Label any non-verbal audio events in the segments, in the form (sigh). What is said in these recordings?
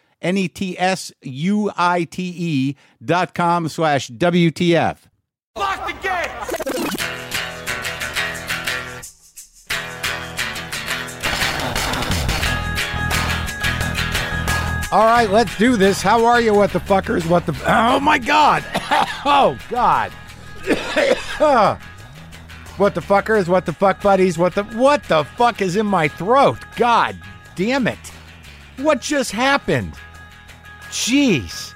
N E T S U I T E dot com slash WTF. Lock the gate! All right, let's do this. How are you, what the fuckers? What the. Oh my God. (coughs) oh God. (coughs) what the fuckers? What the fuck buddies? What the. What the fuck is in my throat? God damn it. What just happened? Jeez.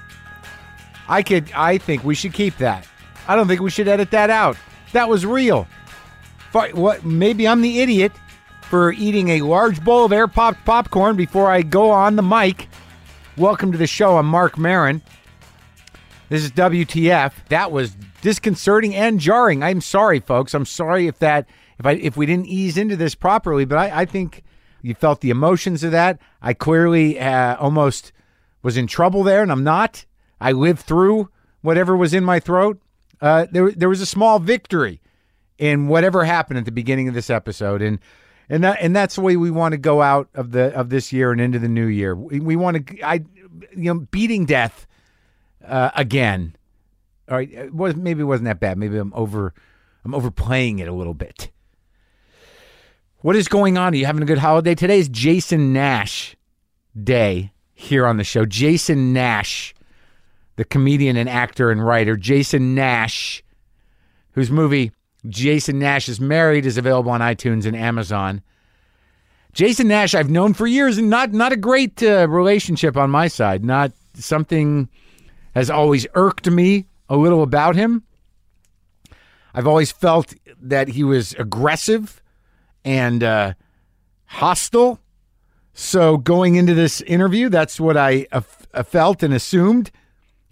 I could. I think we should keep that. I don't think we should edit that out. That was real. Fi- what? Maybe I'm the idiot for eating a large bowl of air popped popcorn before I go on the mic. Welcome to the show. I'm Mark Marin. This is WTF. That was disconcerting and jarring. I'm sorry, folks. I'm sorry if that if I if we didn't ease into this properly, but I, I think you felt the emotions of that. I clearly uh, almost was in trouble there, and I'm not. I lived through whatever was in my throat. Uh, there there was a small victory in whatever happened at the beginning of this episode and and that, and that's the way we want to go out of the of this year and into the new year. We, we want to I you know beating death uh, again. All right, it was maybe it wasn't that bad. Maybe I'm over I'm overplaying it a little bit. What is going on? Are you having a good holiday? Today is Jason Nash day here on the show. Jason Nash, the comedian and actor and writer, Jason Nash whose movie Jason Nash is Married is available on iTunes and Amazon. Jason Nash, I've known for years, and not not a great uh, relationship on my side. Not something has always irked me a little about him. I've always felt that he was aggressive and uh, hostile. So going into this interview, that's what I uh, f- uh, felt and assumed.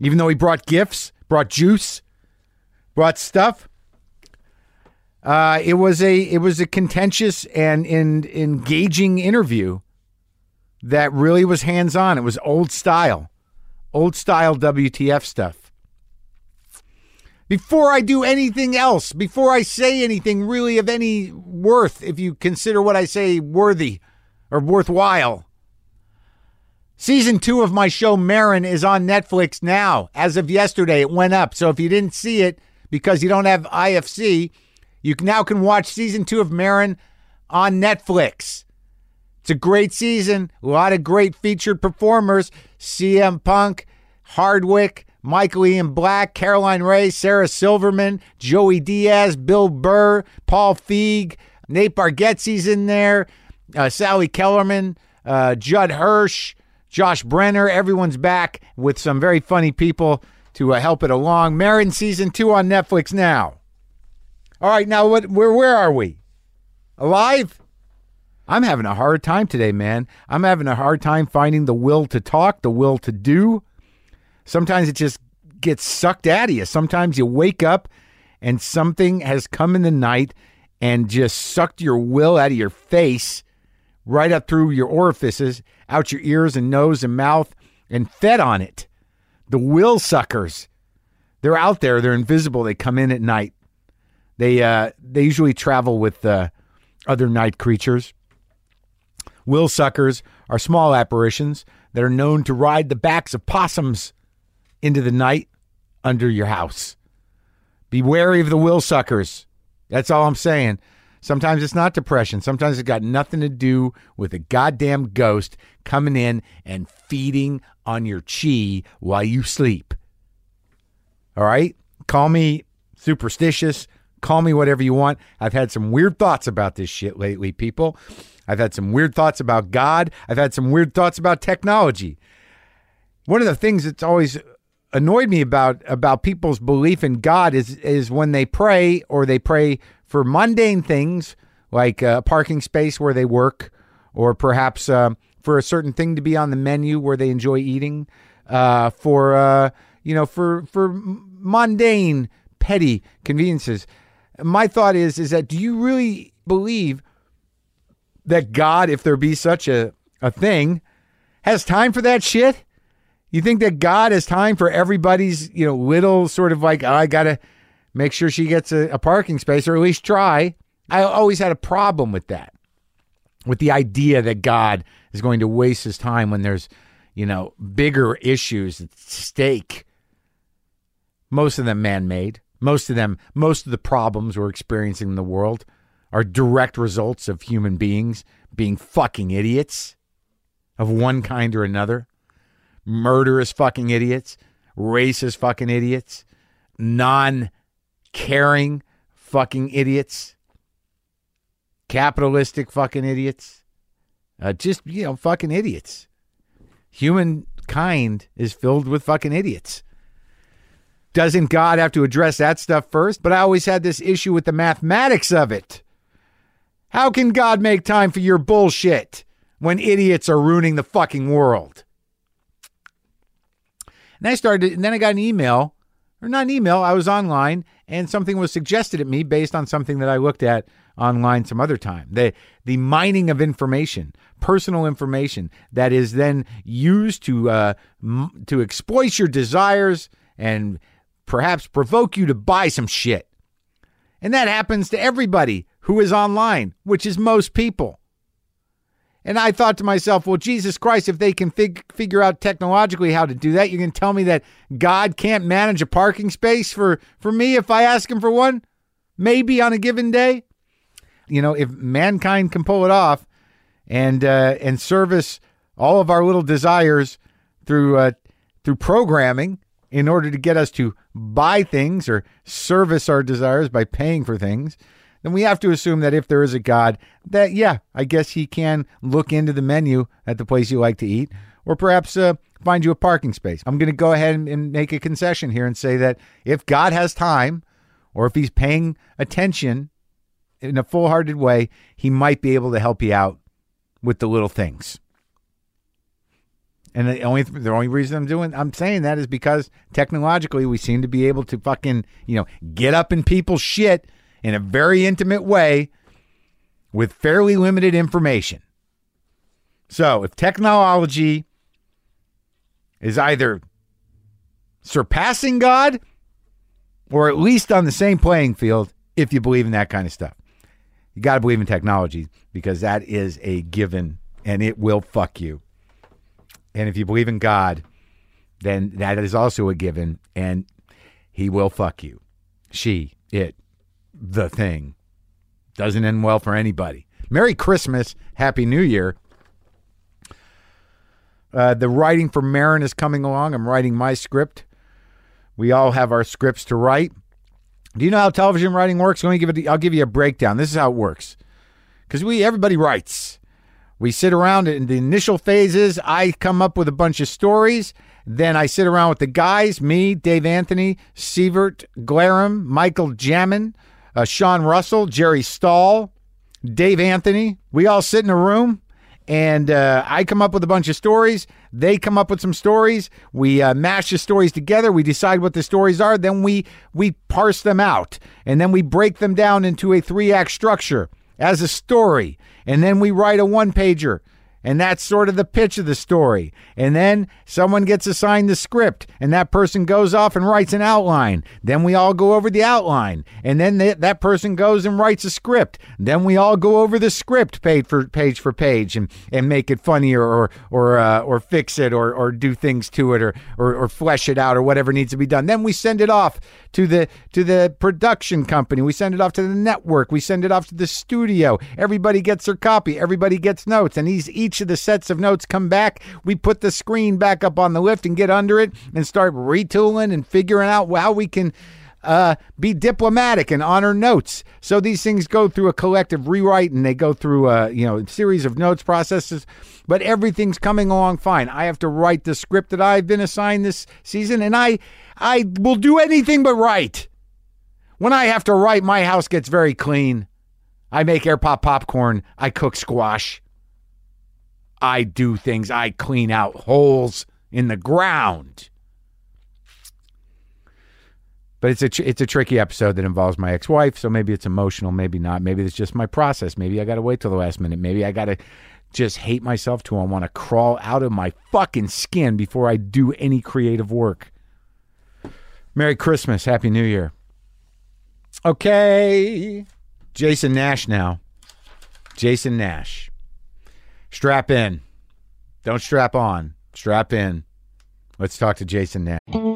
Even though he brought gifts, brought juice, brought stuff. Uh, it was a it was a contentious and in, engaging interview that really was hands on. It was old style, old style WTF stuff. Before I do anything else, before I say anything really of any worth, if you consider what I say worthy or worthwhile, Season two of my show, Marin, is on Netflix now. As of yesterday, it went up. So if you didn't see it because you don't have IFC, you can- now can watch season two of Marin on Netflix. It's a great season, a lot of great featured performers CM Punk, Hardwick, Michael Ian Black, Caroline Ray, Sarah Silverman, Joey Diaz, Bill Burr, Paul Feig, Nate Bargatze's in there, uh, Sally Kellerman, uh, Judd Hirsch, Josh Brenner. Everyone's back with some very funny people to uh, help it along. Marin season two on Netflix now. All right, now what? Where where are we? Alive? I'm having a hard time today, man. I'm having a hard time finding the will to talk, the will to do. Sometimes it just gets sucked out of you. Sometimes you wake up and something has come in the night and just sucked your will out of your face right up through your orifices, out your ears and nose and mouth, and fed on it. The will suckers. They're out there, they're invisible, they come in at night. They uh, they usually travel with uh, other night creatures. Will suckers are small apparitions that are known to ride the backs of possums into the night under your house. Be wary of the will suckers. That's all I'm saying. Sometimes it's not depression. Sometimes it's got nothing to do with a goddamn ghost coming in and feeding on your chi while you sleep. All right? Call me superstitious. Call me whatever you want. I've had some weird thoughts about this shit lately, people. I've had some weird thoughts about God. I've had some weird thoughts about technology. One of the things that's always annoyed me about about people's belief in God is is when they pray or they pray for mundane things like a parking space where they work, or perhaps um for a certain thing to be on the menu where they enjoy eating, uh, for uh, you know for for mundane petty conveniences. My thought is is that do you really believe that God, if there be such a, a thing, has time for that shit? You think that God has time for everybody's, you know, little sort of like, oh, I gotta make sure she gets a, a parking space or at least try. I always had a problem with that, with the idea that God is going to waste his time when there's, you know, bigger issues at stake. Most of them man made. Most of them, most of the problems we're experiencing in the world are direct results of human beings being fucking idiots of one kind or another. Murderous fucking idiots, racist fucking idiots, non caring fucking idiots, capitalistic fucking idiots, uh, just, you know, fucking idiots. Humankind is filled with fucking idiots doesn't God have to address that stuff first? But I always had this issue with the mathematics of it. How can God make time for your bullshit when idiots are ruining the fucking world? And I started, and then I got an email, or not an email, I was online, and something was suggested at me based on something that I looked at online some other time. The, the mining of information, personal information that is then used to, uh, m- to exploit your desires and perhaps provoke you to buy some shit. And that happens to everybody who is online, which is most people. And I thought to myself, well, Jesus Christ, if they can fig- figure out technologically how to do that, you're going to tell me that God can't manage a parking space for, for me if I ask him for one? Maybe on a given day? You know, if mankind can pull it off and uh, and service all of our little desires through uh, through programming in order to get us to buy things or service our desires by paying for things, then we have to assume that if there is a God, that yeah, I guess He can look into the menu at the place you like to eat, or perhaps uh, find you a parking space. I'm going to go ahead and, and make a concession here and say that if God has time, or if He's paying attention in a full-hearted way, He might be able to help you out with the little things. And the only the only reason I'm doing I'm saying that is because technologically we seem to be able to fucking you know get up in people's shit in a very intimate way with fairly limited information. So if technology is either surpassing God or at least on the same playing field, if you believe in that kind of stuff, you got to believe in technology because that is a given and it will fuck you. And if you believe in God, then that is also a given, and he will fuck you. She, it, the thing. Doesn't end well for anybody. Merry Christmas. Happy New Year. Uh, the writing for Marin is coming along. I'm writing my script. We all have our scripts to write. Do you know how television writing works? Let me give it. I'll give you a breakdown. This is how it works. Because we everybody writes. We sit around in the initial phases. I come up with a bunch of stories. Then I sit around with the guys me, Dave Anthony, Sievert, Glarum, Michael Jamin, uh, Sean Russell, Jerry Stahl, Dave Anthony. We all sit in a room and uh, I come up with a bunch of stories. They come up with some stories. We uh, mash the stories together. We decide what the stories are. Then we we parse them out, and then we break them down into a three act structure as a story. And then we write a one pager, and that's sort of the pitch of the story. And then someone gets assigned the script, and that person goes off and writes an outline. Then we all go over the outline, and then th- that person goes and writes a script. Then we all go over the script page for page for page, and, and make it funnier, or or uh, or fix it, or or do things to it, or, or or flesh it out, or whatever needs to be done. Then we send it off to the to the production company. We send it off to the network. We send it off to the studio. Everybody gets their copy. Everybody gets notes, and these each of the sets of notes come back. We put the screen back up on the lift and get under it and start retooling and figuring out how we can uh, be diplomatic and honor notes. So these things go through a collective rewrite and they go through a you know series of notes processes, but everything's coming along fine. I have to write the script that I've been assigned this season, and I I will do anything but write. When I have to write, my house gets very clean. I make air pop popcorn. I cook squash. I do things. I clean out holes in the ground. But it's a tr- it's a tricky episode that involves my ex-wife, so maybe it's emotional, maybe not. Maybe it's just my process. Maybe I got to wait till the last minute. Maybe I got to just hate myself till I want to crawl out of my fucking skin before I do any creative work. Merry Christmas, Happy New Year. Okay. Jason Nash now. Jason Nash. Strap in. Don't strap on. Strap in. Let's talk to Jason Nash.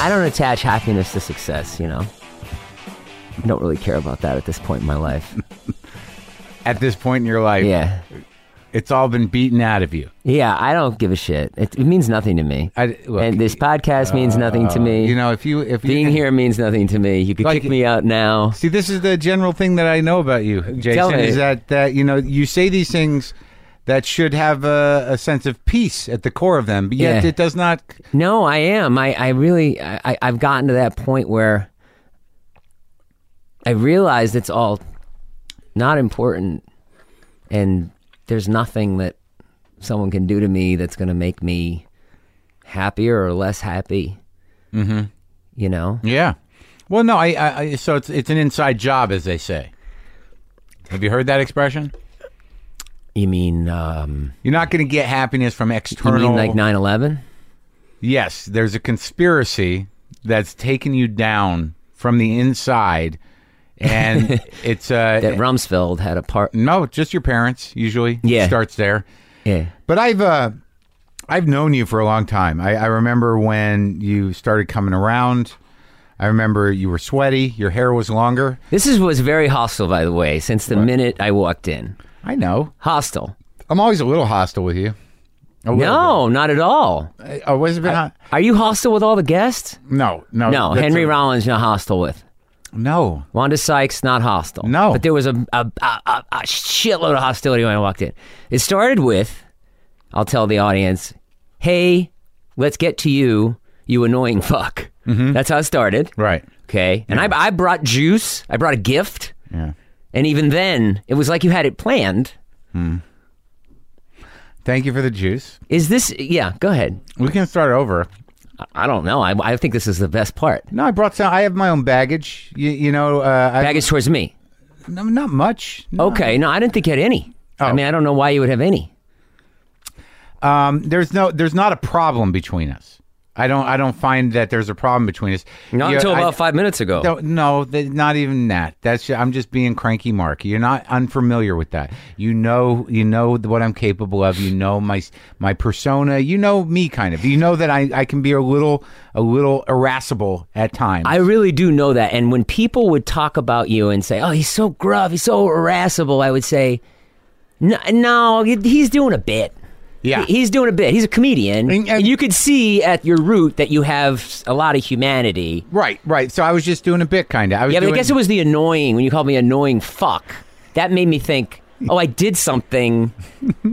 I don't attach happiness to success, you know. I don't really care about that at this point in my life. At this point in your life, Yeah. it's all been beaten out of you. Yeah, I don't give a shit. It, it means nothing to me. I- look, uh, and this podcast means nothing to me. You know, if you if Being you, here means nothing to me. You could Like- kick me out now. See, this is the general thing that I know about you, Jason. Tell me. Is that that you know you say these things that should have a, a sense of peace at the core of them, but yet Yeah. it does not. No, I am. I, I really, I, I- I've gotten to that point where I realized it's all not important and there's nothing that someone can do to me that's going to make me happier or less happy. Mm-hmm. You know? Yeah. Well, no. I, I I- so it's it's an inside job, as they say. Have you heard that expression? You mean, um, You're not going to get happiness from you external. mean like 9 11? Yes, there's a conspiracy that's taking you down from the inside, and (laughs) it's uh, That Rumsfeld had a part. no, just your parents usually. Yeah. starts there. Yeah. But I've uh, I've known you for a long time. I, I remember when you started coming around. I remember you were sweaty. Your hair was longer. This is, was very hostile, by the way, since the minute I walked in. I know. Hostile. I'm always a little hostile with you. Oh, uh, A little No, not at all. bit. I- always oh, been. ho- Are you hostile with all the guests? no, no, No, that's Henry a- Rollins not hostile with. No, Wanda Sykes not hostile. No. but there was a a, a, a- a shitload of hostility when I walked in. It started with, I'll tell the audience, "Hey, let's get to you, you annoying fuck." That's how it started. right. Okay, and I I brought juice. I brought a gift, Yeah. and even then, it was like you had it planned. Thank you for the juice. Is this? Yeah, go ahead. We can start over. I, I don't know. I, I think this is the best part. No, I brought some. I have my own baggage. You, you know, uh, I, Baggage towards me. no, not much. No. Okay, no, I didn't think you had any. I Oh. mean, I don't know why you would have any. Um, there's no, there's not a problem between us. I don't, I don't find that there's a problem between us. Not You- until I- about five minutes ago. No, no, th- not even that. That's ju- I'm just being cranky, Mark. You're not unfamiliar with that. You know, you know th- what I'm capable of. You know my s- my persona. You know me, kind of. You know that I, I can be a little a little irascible at times. I really do know that. And when people would talk about you and say, "Oh, he's so gruff, he's so irascible," I would say, "No, no he's doing a bit. yeah, He- He's doing a bit. He's a And- comedian." and- And, you could see at your root that you have a lot of humanity. right, right. So I was just doing a bit, kind of. I was Yeah, but doing, I guess it was the annoying when you called me annoying fuck. That made me think. oh, I did (laughs) something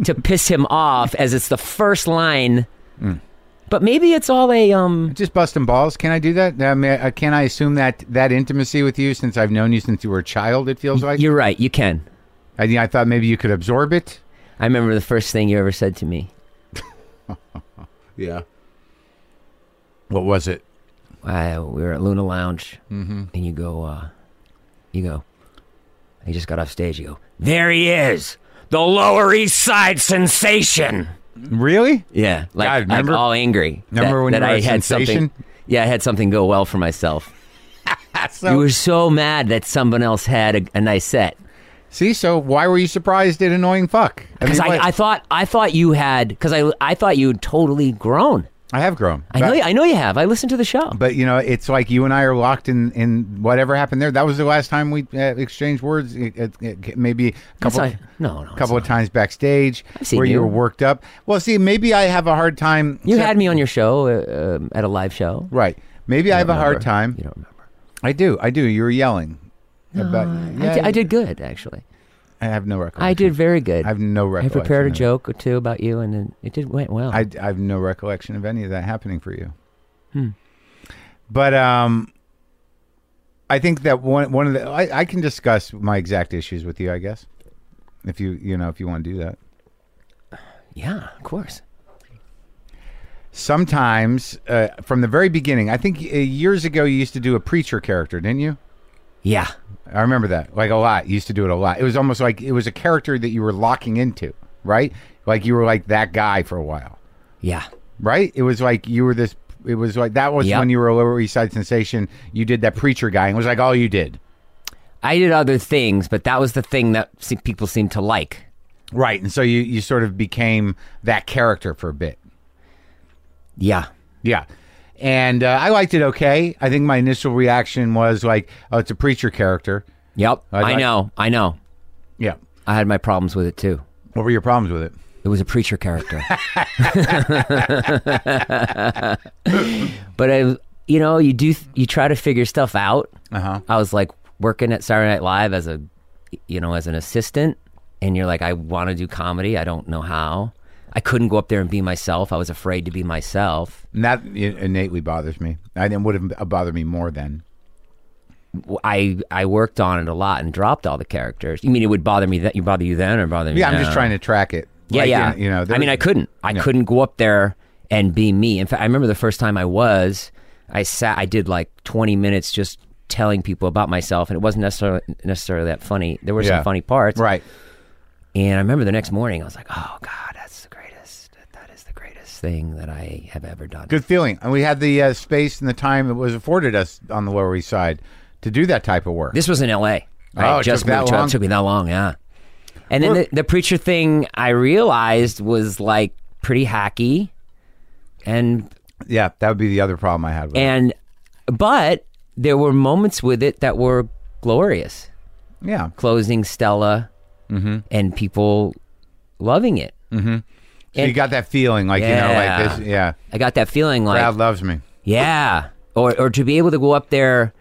to piss him off, as it's the first line. Mm. But maybe it's all a um. Just busting balls. Can I do that? I mean, uh, can I assume that that intimacy with you, since I've known you since you were a child, it feels like. You're right. You can. I, I thought maybe you could absorb it. I remember the first thing you ever said to me. Yeah. What was it? I, we were at Luna Lounge, Mm-hmm. and you go, uh, you go. You just got off stage. You go. There he is, the Lower East Side sensation. Really? Yeah, like, God, remember- like all angry. remember that, when you that were I a had sensation? something. Yeah, I had something go well for myself. So- you were so mad that someone else had a, a nice set See, so why were you surprised at annoying fuck? I, mean, because I, what- I, thought I thought you had because I I thought you had totally grown. I have grown. I know you, I know you have. I listened to the show. But you know, it's like you and I are locked in in whatever happened there. That was the last time we uh, exchanged words. It- it- it- maybe a That's couple, not- no, no, it's couple of times backstage seen where you. were worked up. Well, see, maybe I have a hard time. You so- had me on your show uh, um, at a live show. right. Maybe I have a hard Remember? time. You don't remember. I do. I do. You were yelling. about, I, Yeah, did, I did good actually. I have no recollection. I did very good. I have no I recollection. prepared a of it. joke or two about you, and then it did went well. I, I have no recollection of any of that happening for you. But um, I think that one one of the I, I can discuss my exact issues with you. I guess if you you know if you want to do that. yeah, of course. Sometimes uh, from the very beginning, I think uh, years ago you used to do a preacher character, didn't you? Yeah, I remember that like a lot. You used to do it a lot. It was almost like it was a character that you were locking into, right? Like you were like that guy for a while. yeah, right? It was like you were this. It was like that was Yeah. when you were a Lower East Side sensation. You did that preacher guy, and it was like all you did, I did other things, but that was the thing that se- people seemed to like. right? And so you you sort of became that character for a bit, Yeah, yeah. And uh, I liked it okay. I think my initial reaction was like, "Oh, it's a preacher character." yep. I I like- know. I know. Yeah. I had my problems with it too. What were your problems with it? It was a preacher character. (laughs) but I, you know, you do you try to figure stuff out. Uh-huh. I was like working at Saturday Night Live as a, you know, as an assistant, and you're like, I want to do comedy. I don't know how. I couldn't go up there and be myself. I was afraid to be myself. And that innately bothers me. I then would have bothered me more then. W- I I worked on it a lot and dropped all the characters. You mean it would bother me that you bother you then or bother me? Yeah, I'm just now? trying to track it. Yeah, Like, yeah. You know, I mean, I could. couldn't. I couldn't go up there and be me. In fact, I remember the first time I was, I sat, I did like 20 minutes just telling people about myself, and it wasn't necessarily necessarily that funny. There were Yeah. some funny parts, Right. And I remember the next morning, I was like, "Oh God, that's the greatest. That is the greatest thing that I have ever done." good feeling. And we had the uh, space and the time that was afforded us on the Lower East Side to do that type of work. This was in L.A. I Oh, had it just took that moved to- long? It took me that long, yeah. And then We're- the, the preacher thing, I realized was like pretty hacky, and yeah, that would be the other problem I had with it. and but there were moments with it that were glorious Yeah. closing stella Mm-hmm. and people loving it So you got that feeling like, you know, Yeah. like this. Yeah. i got that feeling like Crowd loves me. yeah or, or to be able to go up there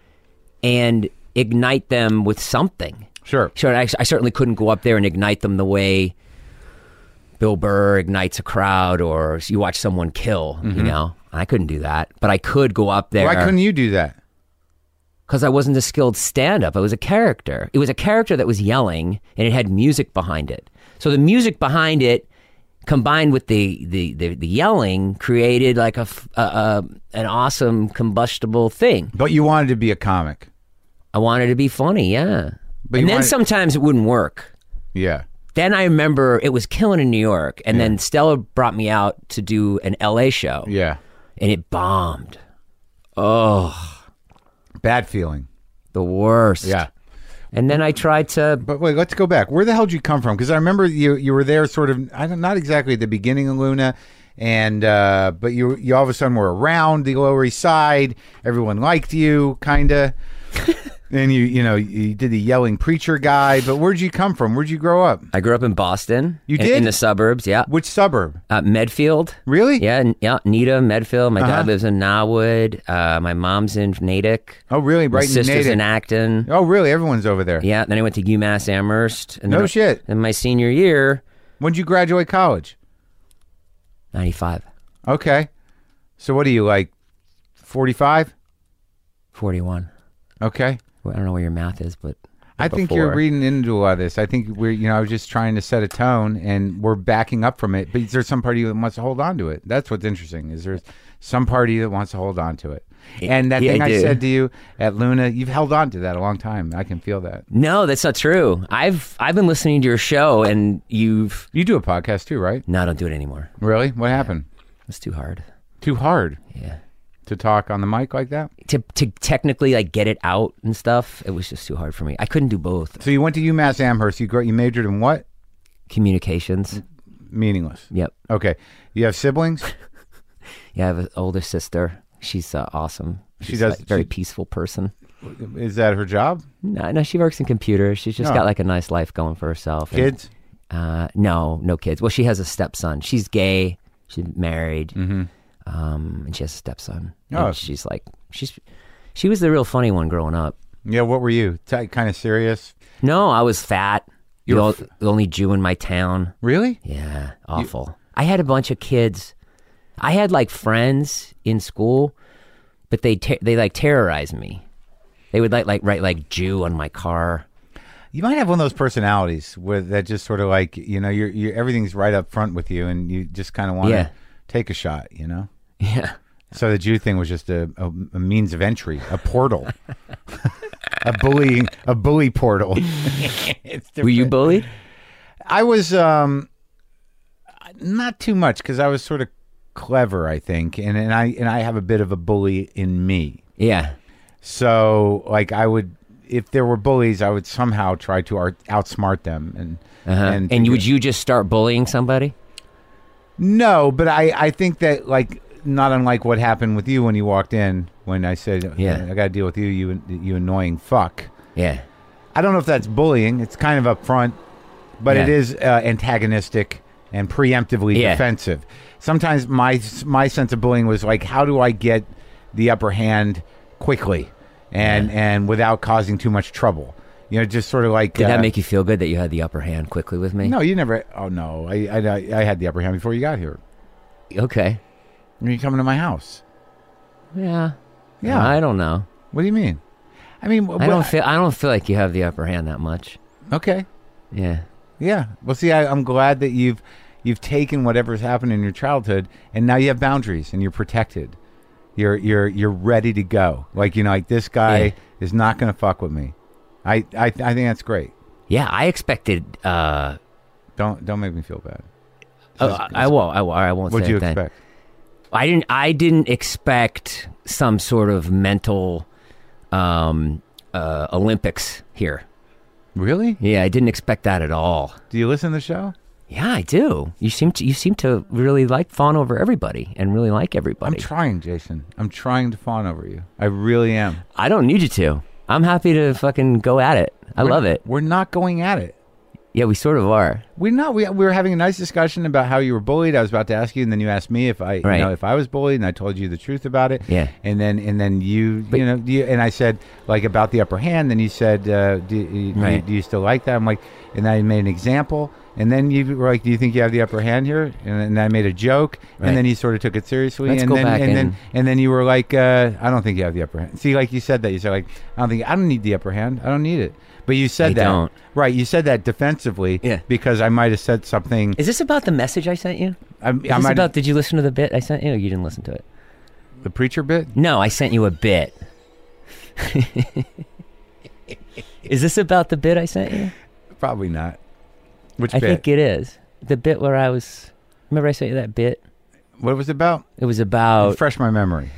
and ignite them with something Sure. sure I, I certainly couldn't go up there and ignite them the way bill burr ignites a crowd or you watch someone kill you know i couldn't do that but i could go up there Mm-hmm. Why couldn't you do that? because I wasn't a skilled stand up. I was a character. It was a character that was yelling and it had music behind it. So the music behind it combined with the the, the, the yelling created like a, f- a- a- an awesome combustible thing. But you wanted to be a comic. I wanted to be funny, yeah. But you and then wanted- sometimes it wouldn't work. Yeah. Then I remember it was killing in New York and then Stella brought me out to do an LA show Yeah. and it bombed. Oh, Bad feeling. the worst. Yeah. And then I tried to But wait, let's go back. Where the hell did you come from? Because I remember you you were there sort of I don't, not exactly at the beginning of Luna, and uh, but you you (laughs) all of a sudden were around the Lower East Side. Everyone liked you, kind of. And you, you know, you did the yelling preacher guy, but where'd you come from? Where'd you grow up? I grew up in Boston. You in- did? in the suburbs. Yeah, Which suburb? uh, Medfield. Really? Yeah, n- yeah. Nita Medfield. My Uh-huh. dad lives in Norwood. Uh, my mom's in Natick. Oh, really? My Right in sister's Natick. in Acton. oh, really? Everyone's over there. Yeah. Then I went to UMass Amherst. And No then, shit. Then my senior year, When'd you graduate college? ninety five. Okay. So what are you like? Forty-five. 41. Okay. Well, I don't know where your math is, but I think you're before. reading into a lot of this. I think we're, you know, I was just trying to set a tone, and we're backing up from it. But there's some party that wants to hold on to it. That's what's interesting. Is there's some party that wants to hold on to it. And that Yeah, thing I I, do. said to you at Luna, you've held on to that a long time. I can feel that. no, that's not true. I've I've been listening to your show, and you've You do a podcast too, right? no, I don't do it anymore. Really? What happened? It's too hard. Too hard Yeah, to talk on the mic like that. to to technically like get it out and stuff, it was just too hard for me. I couldn't do both So you went to UMass Amherst. You gr- you majored in what? Mm. communications. Meaningless. Yep. Okay. You have (laughs) siblings. Yeah, I have an older sister. She's uh, awesome. She's does- like, very she- peaceful person. Is that her job? No, no, she works in computers. She's just Oh. got like a nice life going for herself. And, Kids. Uh, no, no kids. Well, she has a stepson. She's gay. She's married. Um, and she has a stepson. And Mm-hmm. Oh. she's like she's she was the real funny one growing up. Yeah. What were you? T- kind of serious. No, I was fat. You the, were ol- the only Jew in my town. Really? Yeah, awful. I had a bunch of kids. I had like friends in school, but they ter- they like terrorized me. They would like like write like Jew on my car. You might have one of those personalities where that just sort of like you know you're, you're everything's right up front with you, and you just kind of want to Yeah. take a shot, you know. Yeah. So the Jew thing was just a, a, a means of entry, a portal, (laughs) a bully, a bully (laughs) portal. It's Were you different. bullied? I was um, not too much because I was sort of clever, I think, and and I and I have a bit of a bully in me. Yeah. So like I would, if there were bullies, I would somehow try to art, outsmart them and Uh-huh. And, and would you just start bullying somebody? No, but I, I think that like not unlike what happened with you when you walked in when I said Yeah. I got to deal with you you you annoying fuck. Yeah. I don't know if that's bullying. It's kind of upfront, but it Yeah. is uh, antagonistic and preemptively Yeah. defensive. Sometimes my my sense of bullying was like, how do I get the upper hand quickly and and without causing too much trouble? You know, just sort of like Did uh, that make you feel good that you had the upper hand quickly with me? no, you never. Oh no, I, I I had the upper hand before you got here. Okay. You coming to my house? Yeah. Yeah. I don't know. What do you mean? I mean, I don't feel. I don't feel like you have the upper hand that much. okay. Yeah. Yeah. Well, see, I, I'm glad that you've you've taken whatever's happened in your childhood, and now you have boundaries, and you're protected. You're you're you're ready to go. Like you know, like this guy Yeah. is not going to fuck with me. I, I I think that's great. Yeah. I expected. Uh, Don't don't make me feel bad. oh, I, I won't. I, won't- I won't What'd say you it then. expect? I didn't. I didn't expect some sort of mental um, uh, Olympics here. Really? Yeah, I didn't expect that at all. Do you listen to the show? Yeah, I do. You seem to. You seem to really like fawn over everybody and really like I'm everybody. trying, Jason. I'm trying to fawn over you. I really am. I don't need you to. I'm happy to fucking go at it. I love it. We're not going at it. Yeah, we sort of are. We're not. We, we were having a nice discussion about how you were bullied. I was about to ask you, and then you asked me if I, Right. you know, if I was bullied, and I told you the truth about it. Yeah. And then and then you, you know, you, and I said like about the upper hand. Then you said, uh, do, you, do you- Right. do you still like that? I'm like, and I made an example. And then you were like, do you think you have the upper hand here? And then I made a joke, Right. and then you sort of took it seriously. Let's and go then back and and- then and then you were like, uh, I don't think you have the upper hand. See, like you said that you said like, I don't think I don't need the upper hand. I don't need it. But you said I that don't. right. You said that defensively Yeah. because I might have said something. Is this about the message I sent you? I, I Is this might about? Did you listen to the bit I sent you? Or you didn't listen to it. the preacher bit. No, I sent you a bit. (laughs) is this about the bit I sent you? Probably not. Which I bit? think it is the bit where I was. Remember, I sent you that bit. what it was about? It was about. Refresh my memory.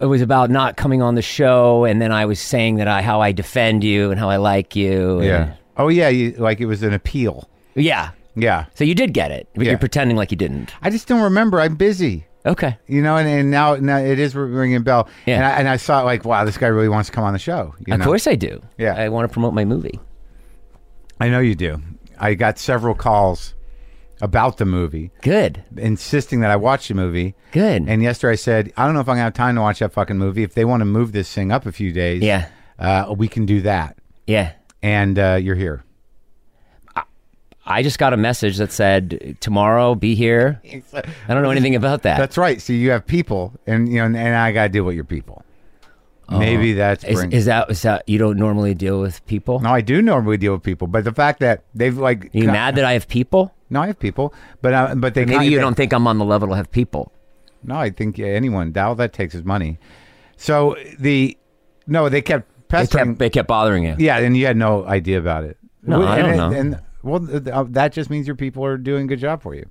It was about not coming on the show, and then I was saying that I how I defend you and how I like you. and- Yeah. Oh yeah. You, like it was an appeal. yeah. Yeah. So you did get it, but Yeah. you're pretending like you didn't. I just don't remember. I'm busy. Okay. You know, and, and now, now it is ringing a bell. Yeah. And, I, and I saw it like, wow, this guy really wants to come on the show. you Of know? course I do. Yeah. I want to promote my movie. I know you do. I got several calls about the movie, Good. insisting that I watch the movie. Good. And yesterday I said, I don't know if I'm gonna have time to watch that fucking movie. If they want to move this thing up a few days, Yeah. uh, we can do that. yeah. And uh, you're here. I just got a message that said tomorrow be here. I don't know anything about that. That's right. So you have people, and you know, and, and I gotta deal with your people. Maybe that's Uh-huh. Is, bring- is that is that you don't normally deal with people? no. I do normally deal with people, but the fact that they've like You mad that I have people? No, I have people, but uh, but they Maybe kind you of- don't think I'm on the level to have people. No, I think yeah, anyone. That all that takes is money. So the no, they kept They pestering. kept they kept bothering you. yeah, and you had no idea about it. No, and, I don't and- know. And, well, th- th- uh, that just means your people are doing a good job for you.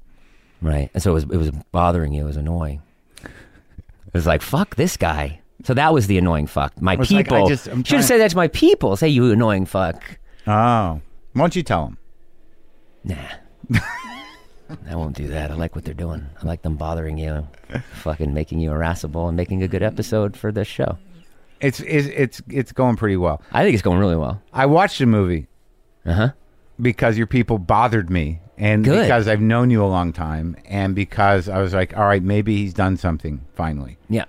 Right. And so it was it was bothering you. It was annoying. It was like fuck this guy. So that was the annoying fuck. My was like, I people just- I'm should have trying- said that to my people. Say you annoying fuck. Oh, why don't you tell them? Nah. (laughs) I won't do that. I like what they're doing. I like them bothering you, fucking making you irascible, and making a good episode for this show. It's it's it's it's going pretty well. I think it's going really well. I watched the movie Uh huh. because your people bothered me, and Good. because I've known you a long time, and because I was like, all right, maybe he's done something finally. Yeah.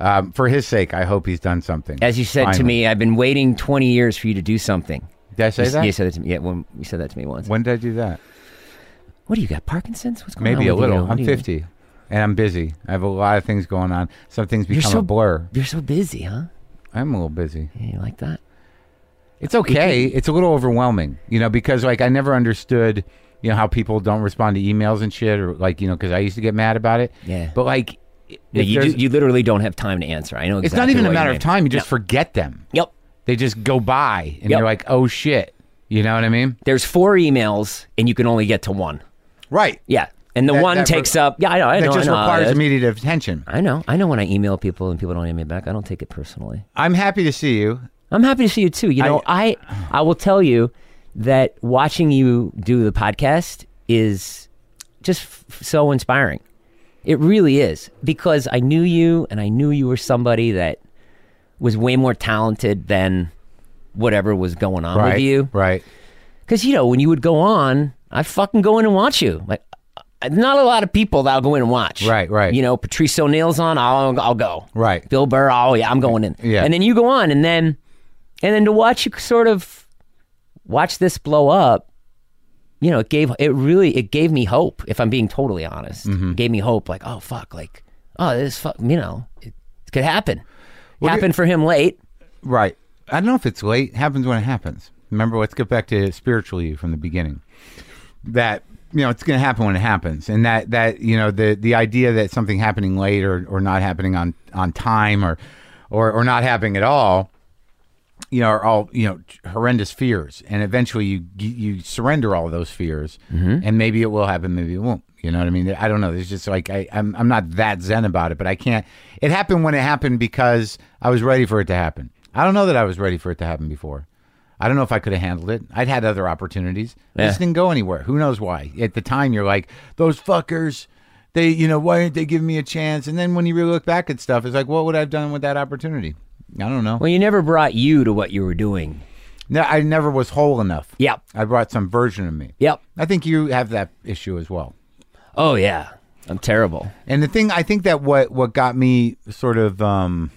Um, for his sake, I hope he's done something. As you said to Finally. me, I've been waiting 20 years for you to do something. did I say you, that? you said that to me. Yeah, when you said that to me once. When did I do that? What do you got? Parkinson's? What's going on? Maybe a with you? little. What do I'm you- 50, and I'm busy. I have a lot of things going on. Some things You're become so a blur. You're so busy, huh? I'm a little busy. Yeah, you like that? It's okay. It's a little overwhelming, you know, because like I never understood, you know, how people don't respond to emails and shit, or like you know, because I used to get mad about it. Yeah. But like, if No, you, there's- do, you literally don't have time to answer. I know. Exactly it's not even what a you matter mean. of time. You just forget them. Yep. They just go by, and Yep. you're like, oh shit. You know what I mean? There's four emails, and you can only get to one. Right. Yeah, and the That- one that re- takes up. Yeah, I know. I That know. I just know how it requires is. immediate attention. I know. I know when I email people and people don't email me back. I don't take it personally. I'm happy to see you. I'm happy to see you too. You know, I I, will tell you that watching you do the podcast is just f- so inspiring. It really is because I knew you and I knew you were somebody that was way more talented than whatever was going on Right. with you. Right. Because you know when you would go on, I fucking go in and watch you. Like, I- not a lot of people that I'll go in and watch. Right, right. You know, Patrice O'Neill's on. I'll I'll go. Right. Bill Burr. Oh yeah, I'm going in. Yeah. And then you go on, and then and then to watch you sort of watch this blow up. You know, it gave it really it gave me hope. If I'm being totally honest, it gave me hope. Like, oh fuck, like oh this fuck, you know, it, could happen. Happened for him late. Right. I don't know if it's late. happens when it happens. Remember, let's get back to spiritual you from the beginning. That you know, it's going to happen when it happens, and that that you know the the idea that something happening late or, or not happening on on time or or or not happening at all, you know, are all you know horrendous fears, and eventually you you surrender all those fears, and maybe it will happen, maybe it won't. You know what I mean? I don't know. There's just like I I'm I'm not that zen about it, but I can't. It happened when it happened because I was ready for it to happen. I don't know that I was ready for it to happen before. I don't know if I could have handled it. I'd had other opportunities. It This Yeah. didn't go anywhere. Who knows why? At the time, you're like those fuckers. They, you know, why aren't they giving me a chance? And then when you really look back at stuff, it's like, what would I have done with that opportunity? I don't know. Well, you never brought you to what you were doing. No, I never was whole enough. Yep. I brought some version of me. Yep. I think you have that issue as well. Oh yeah, I'm terrible. And the thing I think that what what got me sort of um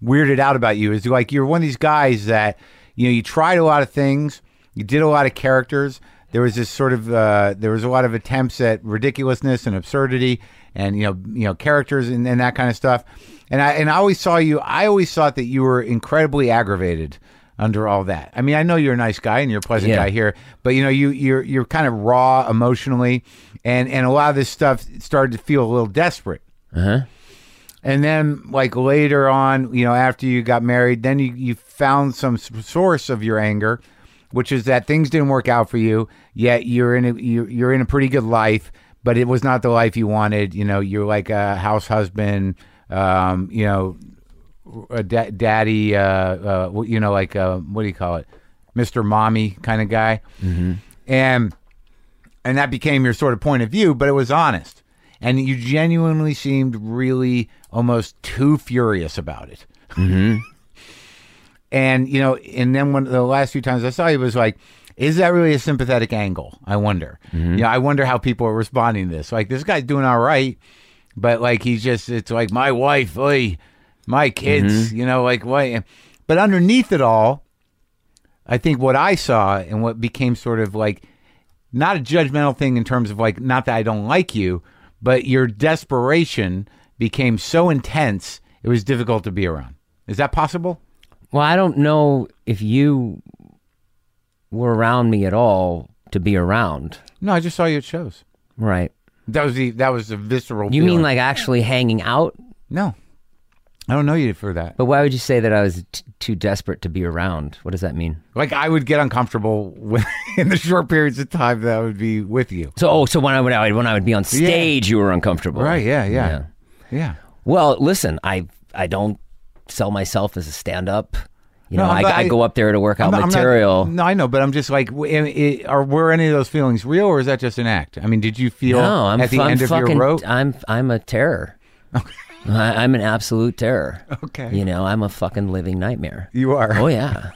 weirded out about you is like you're one of these guys that you know you tried a lot of things, you did a lot of characters. There was this sort of uh, there was a lot of attempts at ridiculousness and absurdity, and you know you know characters and, and that kind of stuff. And I and I always saw you. I always thought that you were incredibly aggravated under all that. I mean, I know you're a nice guy and you're a pleasant Yeah. guy here, but you know you you're you're kind of raw emotionally, and and a lot of this stuff started to feel a little desperate. And then, like later on, you know, after you got married, then you, you found some s- source of your anger, which is that things didn't work out for you. Yet you're in a you're, you're in a pretty good life, but it was not the life you wanted. You know, you're like a house husband, um, you know, a da- daddy, uh, uh, wh- you know, like uh, what do you call it, Mister Mommy kind of guy, mm-hmm. and and that became your sort of point of view, but it was honest. and you genuinely seemed really almost too furious about it. (laughs) And you know, and then when the last few times I saw you it was like, is that really a sympathetic angle? I wonder. You know, I wonder how people are responding to this. Like this guy's doing all right, but like he's just it's like my wife, oy, my kids, you know, like what but underneath it all, I think what I saw and what became sort of like not a judgmental thing in terms of like not that I don't like you, but your desperation became so intense it was difficult to be around. Is that possible? Well, I don't know if you were around me at all to be around. No, I just saw you at shows. Right. That was the that was the visceral. You mean feeling. like actually hanging out? no? I don't know you for that. But why would you say that I was t- too desperate to be around? What does that mean? Like I would get uncomfortable with, (laughs) in the short periods of time that I would be with you. So, oh, so when I would I, when I would be on stage, you were uncomfortable, Right? Yeah. Yeah. Yeah. Well, listen, I I don't sell myself as a stand up. You No, know, I'm I, not- I go up there to work out I'm not- I'm not- material. no, I know, but I'm just like, w- am- i- are were any of those feelings real, or is that just an act? I mean, did you feel no, I'm, at the I'm end fucking, of your rope? I'm I'm a terror. (laughs) I, I'm an absolute terror. Okay. You know, I'm a fucking living nightmare. You are. (laughs) Oh yeah.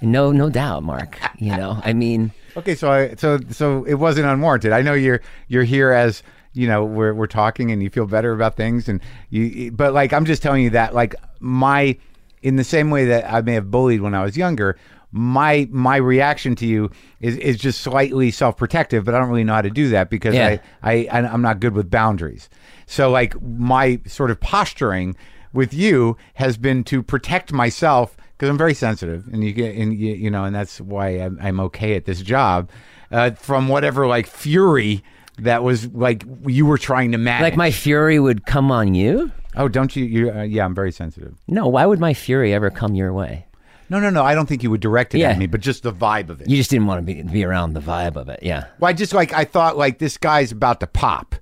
no, no doubt, Mark. You know, I mean, Okay, so I so so it wasn't unwarranted. I know you're you're here as you know we're we're talking and you feel better about things and you but like I'm just telling you that like my in the same way that I may have bullied when I was younger, my my reaction to you is is just slightly self protective, but I don't really know how to do that because Yeah. I, I I'm not good with boundaries. So like my sort of posturing with you has been to protect myself because I'm very sensitive, and you get, and you, you know, and that's why I'm, I'm okay at this job uh, from whatever like fury that was like you were trying to manage. like my fury would come on you. oh, don't you? you uh, yeah, I'm very sensitive. No, why would my fury ever come your way? No, no, no. I don't think you would direct it Yeah. at me, but just the vibe of it. You just didn't want to be be around the vibe of it. Yeah. well, I just like I thought like this guy's about to pop.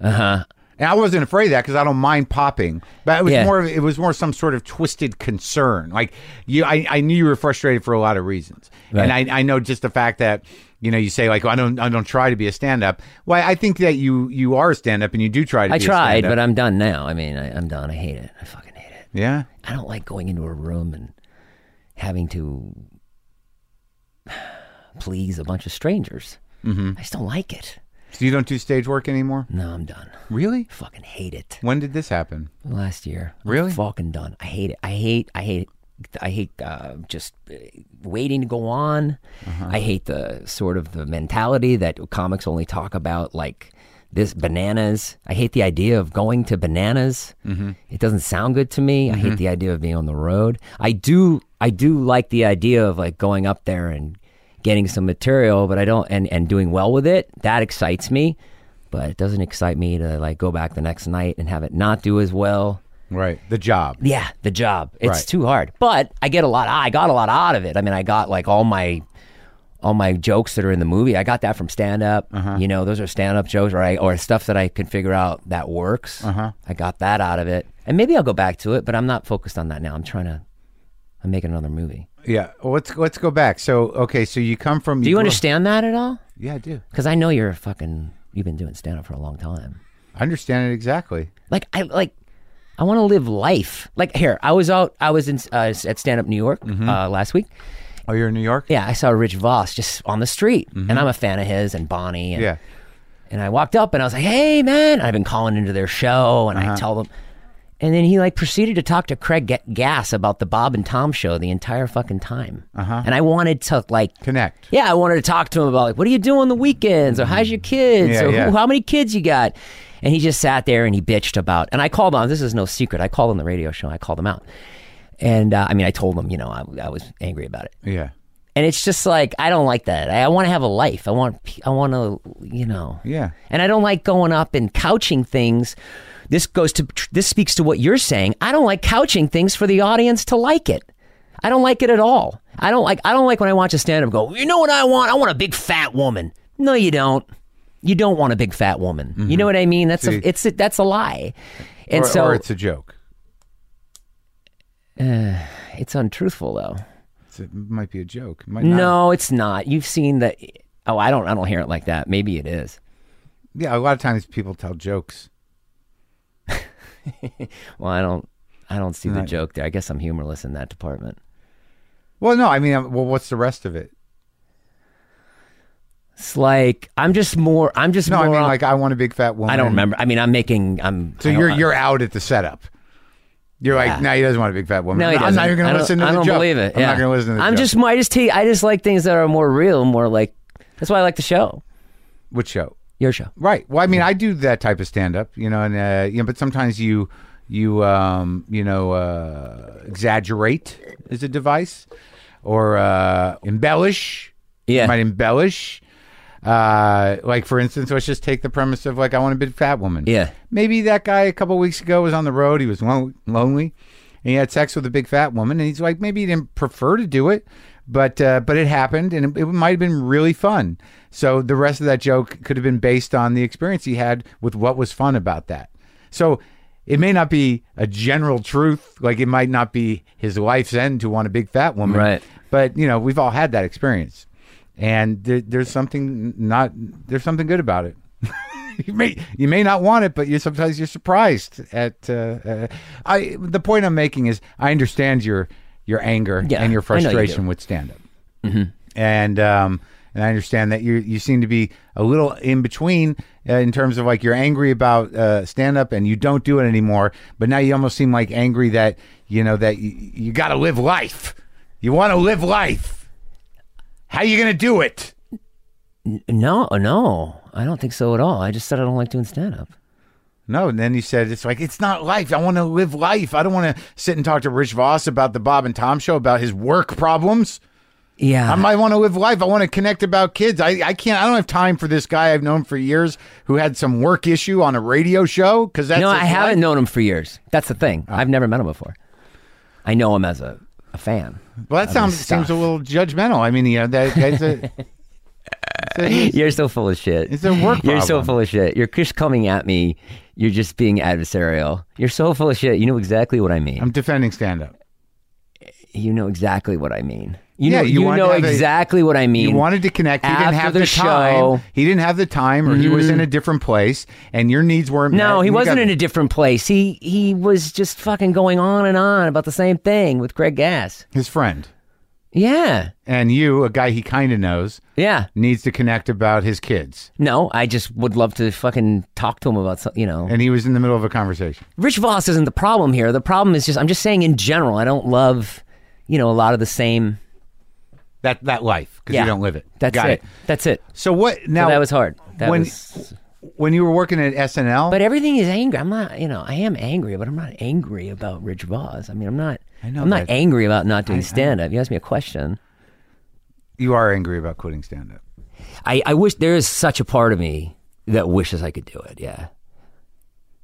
Uh huh. And I wasn't afraid of that because I don't mind popping, but it was Yeah. more of- it was more some sort of twisted concern. Like you, I, I knew you were frustrated for a lot of reasons, and I, I know just the fact that you know you say like I don't I don't try to be a stand up. Well, I think that you you are a stand up and you do try to. I be tried, a but I'm done now. I mean, I, I'm done. I hate it. I fucking hate it. yeah, I don't like going into a room and having to (sighs) please a bunch of strangers. Mm-hmm. I just don't like it. so you don't do stage work anymore. No, I'm done. Really? Fucking hate it. When did this happen? last year. I'm Really? fucking done. I hate it. I hate. I hate. I hate uh, just uh, waiting to go on. I hate the sort of the mentality that comics only talk about like this bananas. I hate the idea of going to bananas. It doesn't sound good to me. I hate the idea of being on the road. I do. I do like the idea of like going up there and getting some material, but I don't and and doing well with it. That excites me. But it doesn't excite me to like go back the next night and have it not do as well. Right, the job. Yeah, the job. It's Right. too hard. But I get a lot I got a lot out of it. I mean, I got like all my all my jokes that are in the movie. I got that from stand up. You know, those are stand up jokes or I or stuff that I could figure out that works. Uh-huh. I got that out of it. And maybe I'll go back to it, but I'm not focused on that now. I'm trying to I'm making another movie. Yeah, Well, let's let's go back. So okay, so you come from. Do you understand that at all? Yeah, I do. Cuz I know you're a fucking you've been doing stand up for a long time. I understand it exactly. Like I like I want to live life. Like here, I was out I was in uh, at stand up New York uh, last week. Oh, you're in New York. Yeah, I saw Rich Voss just on the street, and I'm a fan of his and Bonnie. And, Mm-hmm. Yeah. and I walked up and I was like, "Hey, man!" I've been calling into their show, and Uh-huh. I tell them, and then he like proceeded to talk to Craig Ga- Gass about the Bob and Tom show the entire fucking time. Uh-huh. And I wanted to like, Connect. yeah, I wanted to talk to him about like, what do you do on the weekends, or how's your kids, Mm-hmm. Yeah, or yeah. Who, how many kids you got. And he just sat there and he bitched about. And I called on. This is no secret. I called on the radio show. I called him out. And uh, I mean, I told him, you know, I, I was angry about it. Yeah. And it's just like I don't like that. I, I want to have a life. I want pe- I want to you know. Yeah. And I don't like going up and couching things. This goes to this speaks to what you're saying. I don't like couching things for the audience to like it. I don't like it at all. I don't like I don't like when I watch a stand up go, "You know what I want? I want a big fat woman." No, you don't. You don't want a big fat woman. You know what I mean? That's Mm-hmm. See. a, it's a, that's a lie. And Or, so or it's it's, a joke. it's untruthful though. It's, it might be a joke. It might not No, it's not. You've seen the Oh, I don't. I don't hear it like that. Maybe it is. Yeah, a lot of times people tell jokes. Well, I don't. I don't see the Right. joke there. I guess I'm humorless in that department. Well, no, I mean, um, well, what's the rest of it? It's like I'm just more. I'm just No, more. I mean, on- like I want a big fat woman. I don't remember. I mean, I'm making. I'm. So I don't- you're you're out at the setup. You're like, no, he doesn't want a big fat woman. No, he I'm doesn't. not even I going to don't- listen to I the don't joke. believe it. I'm yeah. not going to listen to the I'm joke. just. I just. T- I just like things that are more real, more like. That's why I like the show. Which show? Your show. Right. Well, I mean, I do that type of stand up, you know, and uh, you know, but sometimes you you um, you know uh, exaggerate is a device or uh, embellish. Yeah. You might embellish. Uh, like for instance, let's just take the premise of like I want a big fat woman. Yeah. Maybe that guy a couple weeks ago was on the road. He was lon- lonely, and he had sex with a big fat woman. And he's like, maybe he didn't prefer to do it, but uh, but it happened, and it, it might have been really fun. So the rest of that joke could have been based on the experience he had with what was fun about that. So it may not be a general truth, like it might not be his life's end to want a big fat woman, Right. But you know, we've all had that experience, and there, there's something not there's something good about it (laughs) you may you may not want it, but you sometimes you're surprised at. Uh, uh, I the point I'm making is I understand your your anger Yeah, and your I know you do. frustration with stand up, mm-hmm. and um, and I understand that you you seem to be a little in between uh, in terms of like you're angry about uh, stand up and you don't do it anymore, but now you almost seem like angry that you know that you, you got to live life, you want to live life. How you gonna do it? No, no, I don't think so at all. I just said I don't like doing stand up. No, and then he said, "It's like it's not life. I want to live life. I don't want to sit and talk to Rich Voss about the Bob and Tom show about his work problems. Yeah. I might want to live life. I want to connect about kids. I, I can't. I don't have time for this guy I've known for years who had some work issue on a radio show because that's no, his I haven't life. known him for years. That's the thing. Ah. I've never met him before. I know him as a, a fan. Well, that Other sounds stuff. seems a little judgmental. I mean, yeah, that, that's a, it's a- (laughs) You're so full of shit. It's a work You're so problem. full of shit. You're just coming at me. You're just being adversarial. You're so full of shit. You know exactly what I mean. I'm defending stand up. you know exactly what I mean. You Yeah, know, you you wanted to know have a- exactly what I mean. He wanted to connect. He didn't After have the the, show- Mm-hmm. time. He didn't have the time, or he was in a different place, and your needs weren't. met, no, and he you wasn't got- in a different place. He he was just fucking going on and on about the same thing with Greg Gass. his friend. Yeah, and you, a guy he kind of knows, yeah. needs to connect about his kids. No, I just would love to fucking talk to him about something. You know, And he was in the middle of a conversation. Rich Voss isn't the problem here. The problem is just I'm just saying in general. I don't love, you know, a lot of the same. That that life because Yeah. you don't live it. That's Got it. That's it. So what now? So that was hard. That when was. when you were working at SNL, But everything is angry. I'm not, you know, I am angry, but I'm not angry about Rich Voss. I mean, I'm not. I know I'm not that. angry about not doing stand up. You asked me a question. you are angry about quitting stand up. I, I wish there is such a part of me that wishes I could do it. Yeah,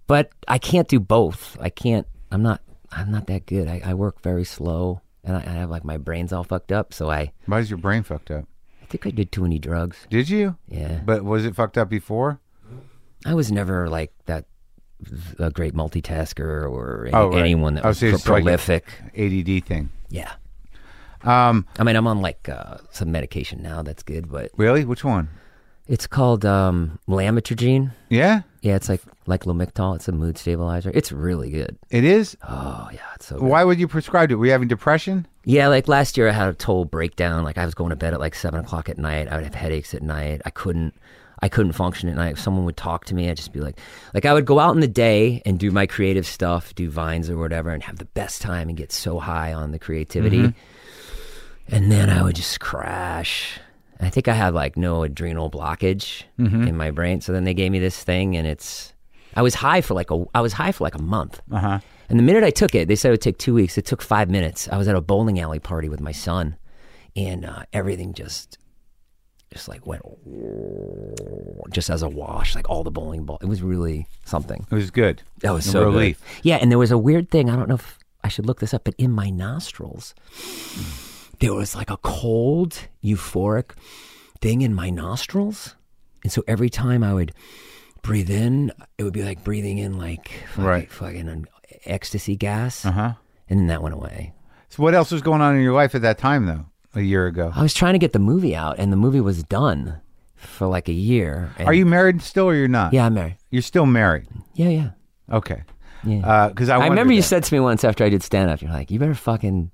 but I can't do both. I can't. I'm not. I'm not that good. I, I work very slow, and I, I have like my brain's all fucked up. So I, Why is your brain fucked up? I think I did too many drugs. Did you? Yeah, But was it fucked up before? I was never like that. A great multitasker or any- Oh, right. anyone that Oh, was so pro- it's like- prolific. ADD thing. yeah, Um, I mean, I'm on like uh, some medication now. That's good, but really? Which one? it's called um, lamotrigine. Yeah, Yeah, it's like like Lamictal. It's a mood stabilizer. It's really good. it is. Oh yeah, it's so. good. Why would you prescribe it? Were you having depression? Yeah, like last year I had a total breakdown. Like I was going to bed at like seven o'clock at night. I would have headaches at night. I couldn't I couldn't function at night. If someone would talk to me, I'd just be like like I would go out in the day and do my creative stuff, do vines or whatever, and have the best time and get so high on the creativity. And then I would just crash. I think I had like no adrenal blockage in my brain. So then they gave me this thing and it's I was high for like a I was high for like a month. Uh huh. And the minute I took it, they said it would take two weeks. It took five minutes. I was at a bowling alley party with my son, and uh, everything just, just like went, just as a wash, like all the bowling ball. It was really something. It was good. That was A so relief. good. Yeah, and there was a weird thing. I don't know if I should look this up, but in my nostrils, there was like a cold, euphoric thing in my nostrils, and so every time I would breathe in, it would be like breathing in like fucking, Right. fucking um, ecstasy gas, Uh huh. and then that went away. So what else was going on in your life at that time though? A year ago. I was trying to get the movie out, and the movie was done. for like a year. and- Are you married still, or you're not? Yeah, I'm married. you're still married. Yeah, yeah. Okay. Yeah. Because I, I wondered remember you that. said to me once after I did stand up, you're like, you better fucking,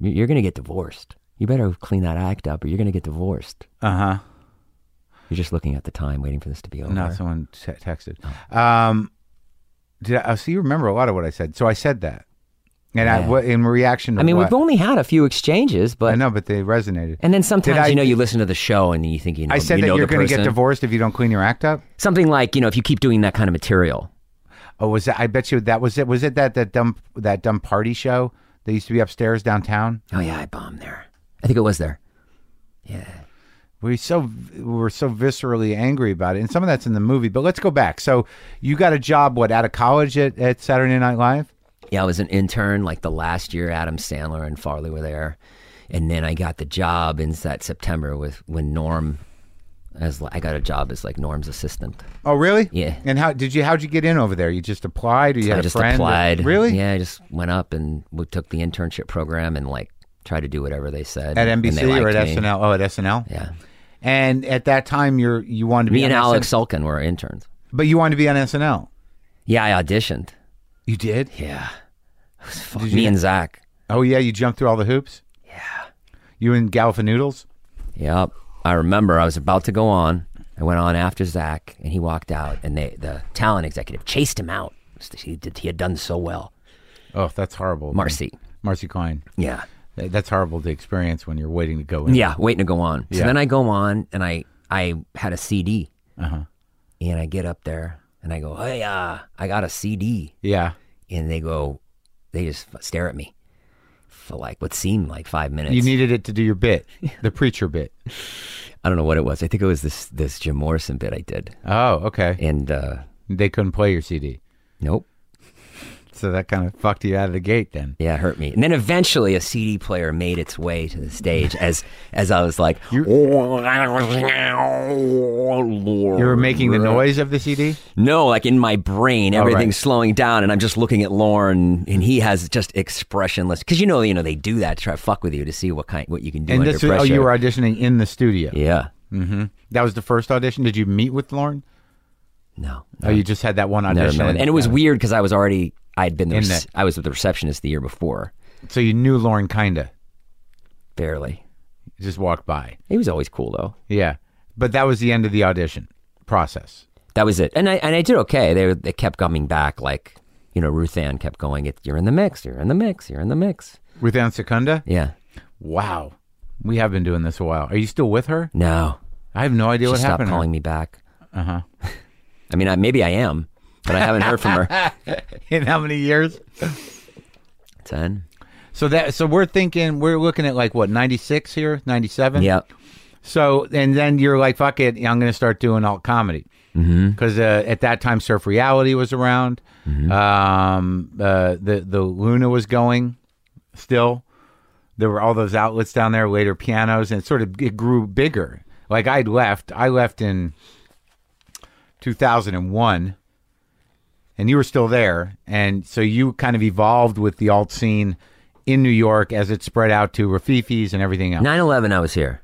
you- you're going to get divorced. You better clean that act up or you're going to get divorced. Uh huh. You're just looking at the time, waiting for this to be over. No, someone te- texted. Oh. Um, did I, oh, so you remember a lot of what I said? So I said that, and I Yeah. what in reaction. To I mean, what? we've only had a few exchanges, I but. know, but they resonated. And then sometimes, I- you know, you listen to the show and you think, you know, I said you that know you're the going to get person. divorced if you don't clean your act up. Something like, you know, if you keep doing that kind of material. Oh, was that? I bet you that was it. Was it that that dumb that dumb party show that used to be upstairs downtown? Oh, yeah, I bombed there. I think it was there. We so we were so viscerally angry about it, and some of that's in the movie. But let's go back. So you got a job what out of college at, at Saturday Night Live? Yeah, I was an intern like the last year Adam Sandler and Farley were there. And then I got the job in that September with when Norm as I got a job as like Norm's assistant. Oh, really? Yeah. And how did you? How'd you get in over there? You just applied, or you had I a just friend? or- applied. Really? Yeah, I just went up and we took the internship program and like tried to do whatever they said. At and they NBC or liked at me. SNL? Oh, at SNL. Yeah. And at that time, you're you wanted to be Me and on Alex SN- Sulkin were interns. but you wanted to be on SNL. Yeah, I auditioned. You did. Yeah. It was fun. Me and Zach. Oh yeah, you jumped through all the hoops. Yeah. You and Gallifanoodles. Yep. I remember I was about to go on. I went on after Zach, and he walked out, and they, the talent executive chased him out. He, did, he had done so well. Oh, that's horrible. Marcy. Marcy Klein. Yeah. That- That's horrible to experience when you're waiting to go in. Yeah, waiting to go on. So Yeah. then I go on, and I, I had a CD. Uh-huh. And I get up there, and I go, hey, uh, I got a CD. Yeah. And they go, they just stare at me for like what seemed like five minutes. You needed it to do your (laughs) bit, the preacher bit. I don't know what it was. I think it was this, this Jim Morrison bit I did. Oh, okay. And uh, They couldn't play your CD. nope. So that kind of fucked you out of the gate then. Yeah, it hurt me. And then eventually a CD player made its way to the (laughs) stage as as I was like, "Oh, You were making the noise of the CD? no, like in my brain, right. everything's slowing down and I'm just looking at Lauren and he has just expressionless cuz you know, you know they do that to try to fuck with you to see what kind what you can do And under this was, pressure. oh, you were auditioning in the studio. Yeah. That was the first audition. Did you meet with Lauren? No. Oh, you just had that one Never audition. met him. And it was weird because I was already I'd been the In rec- that- I was with the receptionist the year before, So you knew Lauren kinda. barely. You Just walked by. He was always cool though. Yeah. But that was the end of the audition process. that was it. And I and I did okay. They they kept coming back like you know Ruth Ann kept going. It, you're in the mix. You're in the mix. You're in the mix. Ruth Ann Secunda? Yeah. Wow. We have been doing this a while. Are you still with her? No. I have no idea She what stopped happened. to her. Uh-huh. calling me back. Uh huh. (laughs) I mean, I, maybe I am, but I haven't heard from (laughs) her. (laughs) In how many years? Ten. So that so we're thinking we're looking at like what, ninety six here? Ninety seven? Yep. So and then you're like, fuck it, I'm going to start doing alt comedy Mm-hmm. because mm uh, at that time Surf Reality was around. Um, uh, the the Luna was going still. There were all those outlets down there. Later pianos and it sort of it grew bigger. Like I'd left, I left in 2001, and you were still there, and so you kind of evolved with the alt scene in New York as it spread out to Rafifi's and everything else. 9-11, I was here.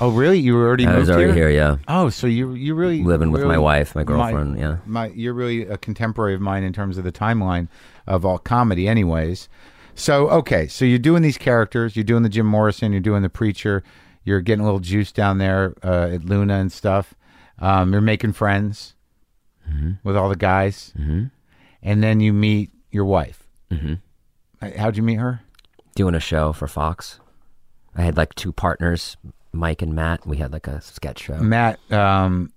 Oh, really? You were already I moved was already here? here. Yeah. Oh, so you you really Living with my really- wife, my girlfriend, yeah. my you're really a contemporary of mine in terms of the timeline of all comedy, anyways. So okay, so you're doing these characters, you're doing the Jim Morrison, you're doing the preacher, you're getting a little juice down there uh, at Luna and stuff. Um, you're making friends Mm-hmm. with all the guys, mm-hmm. and then you meet your wife. Mm-hmm. How'd you meet her? Doing a show for Fox. I had like two partners, Mike and Matt. We had like a sketch show. Matt, um,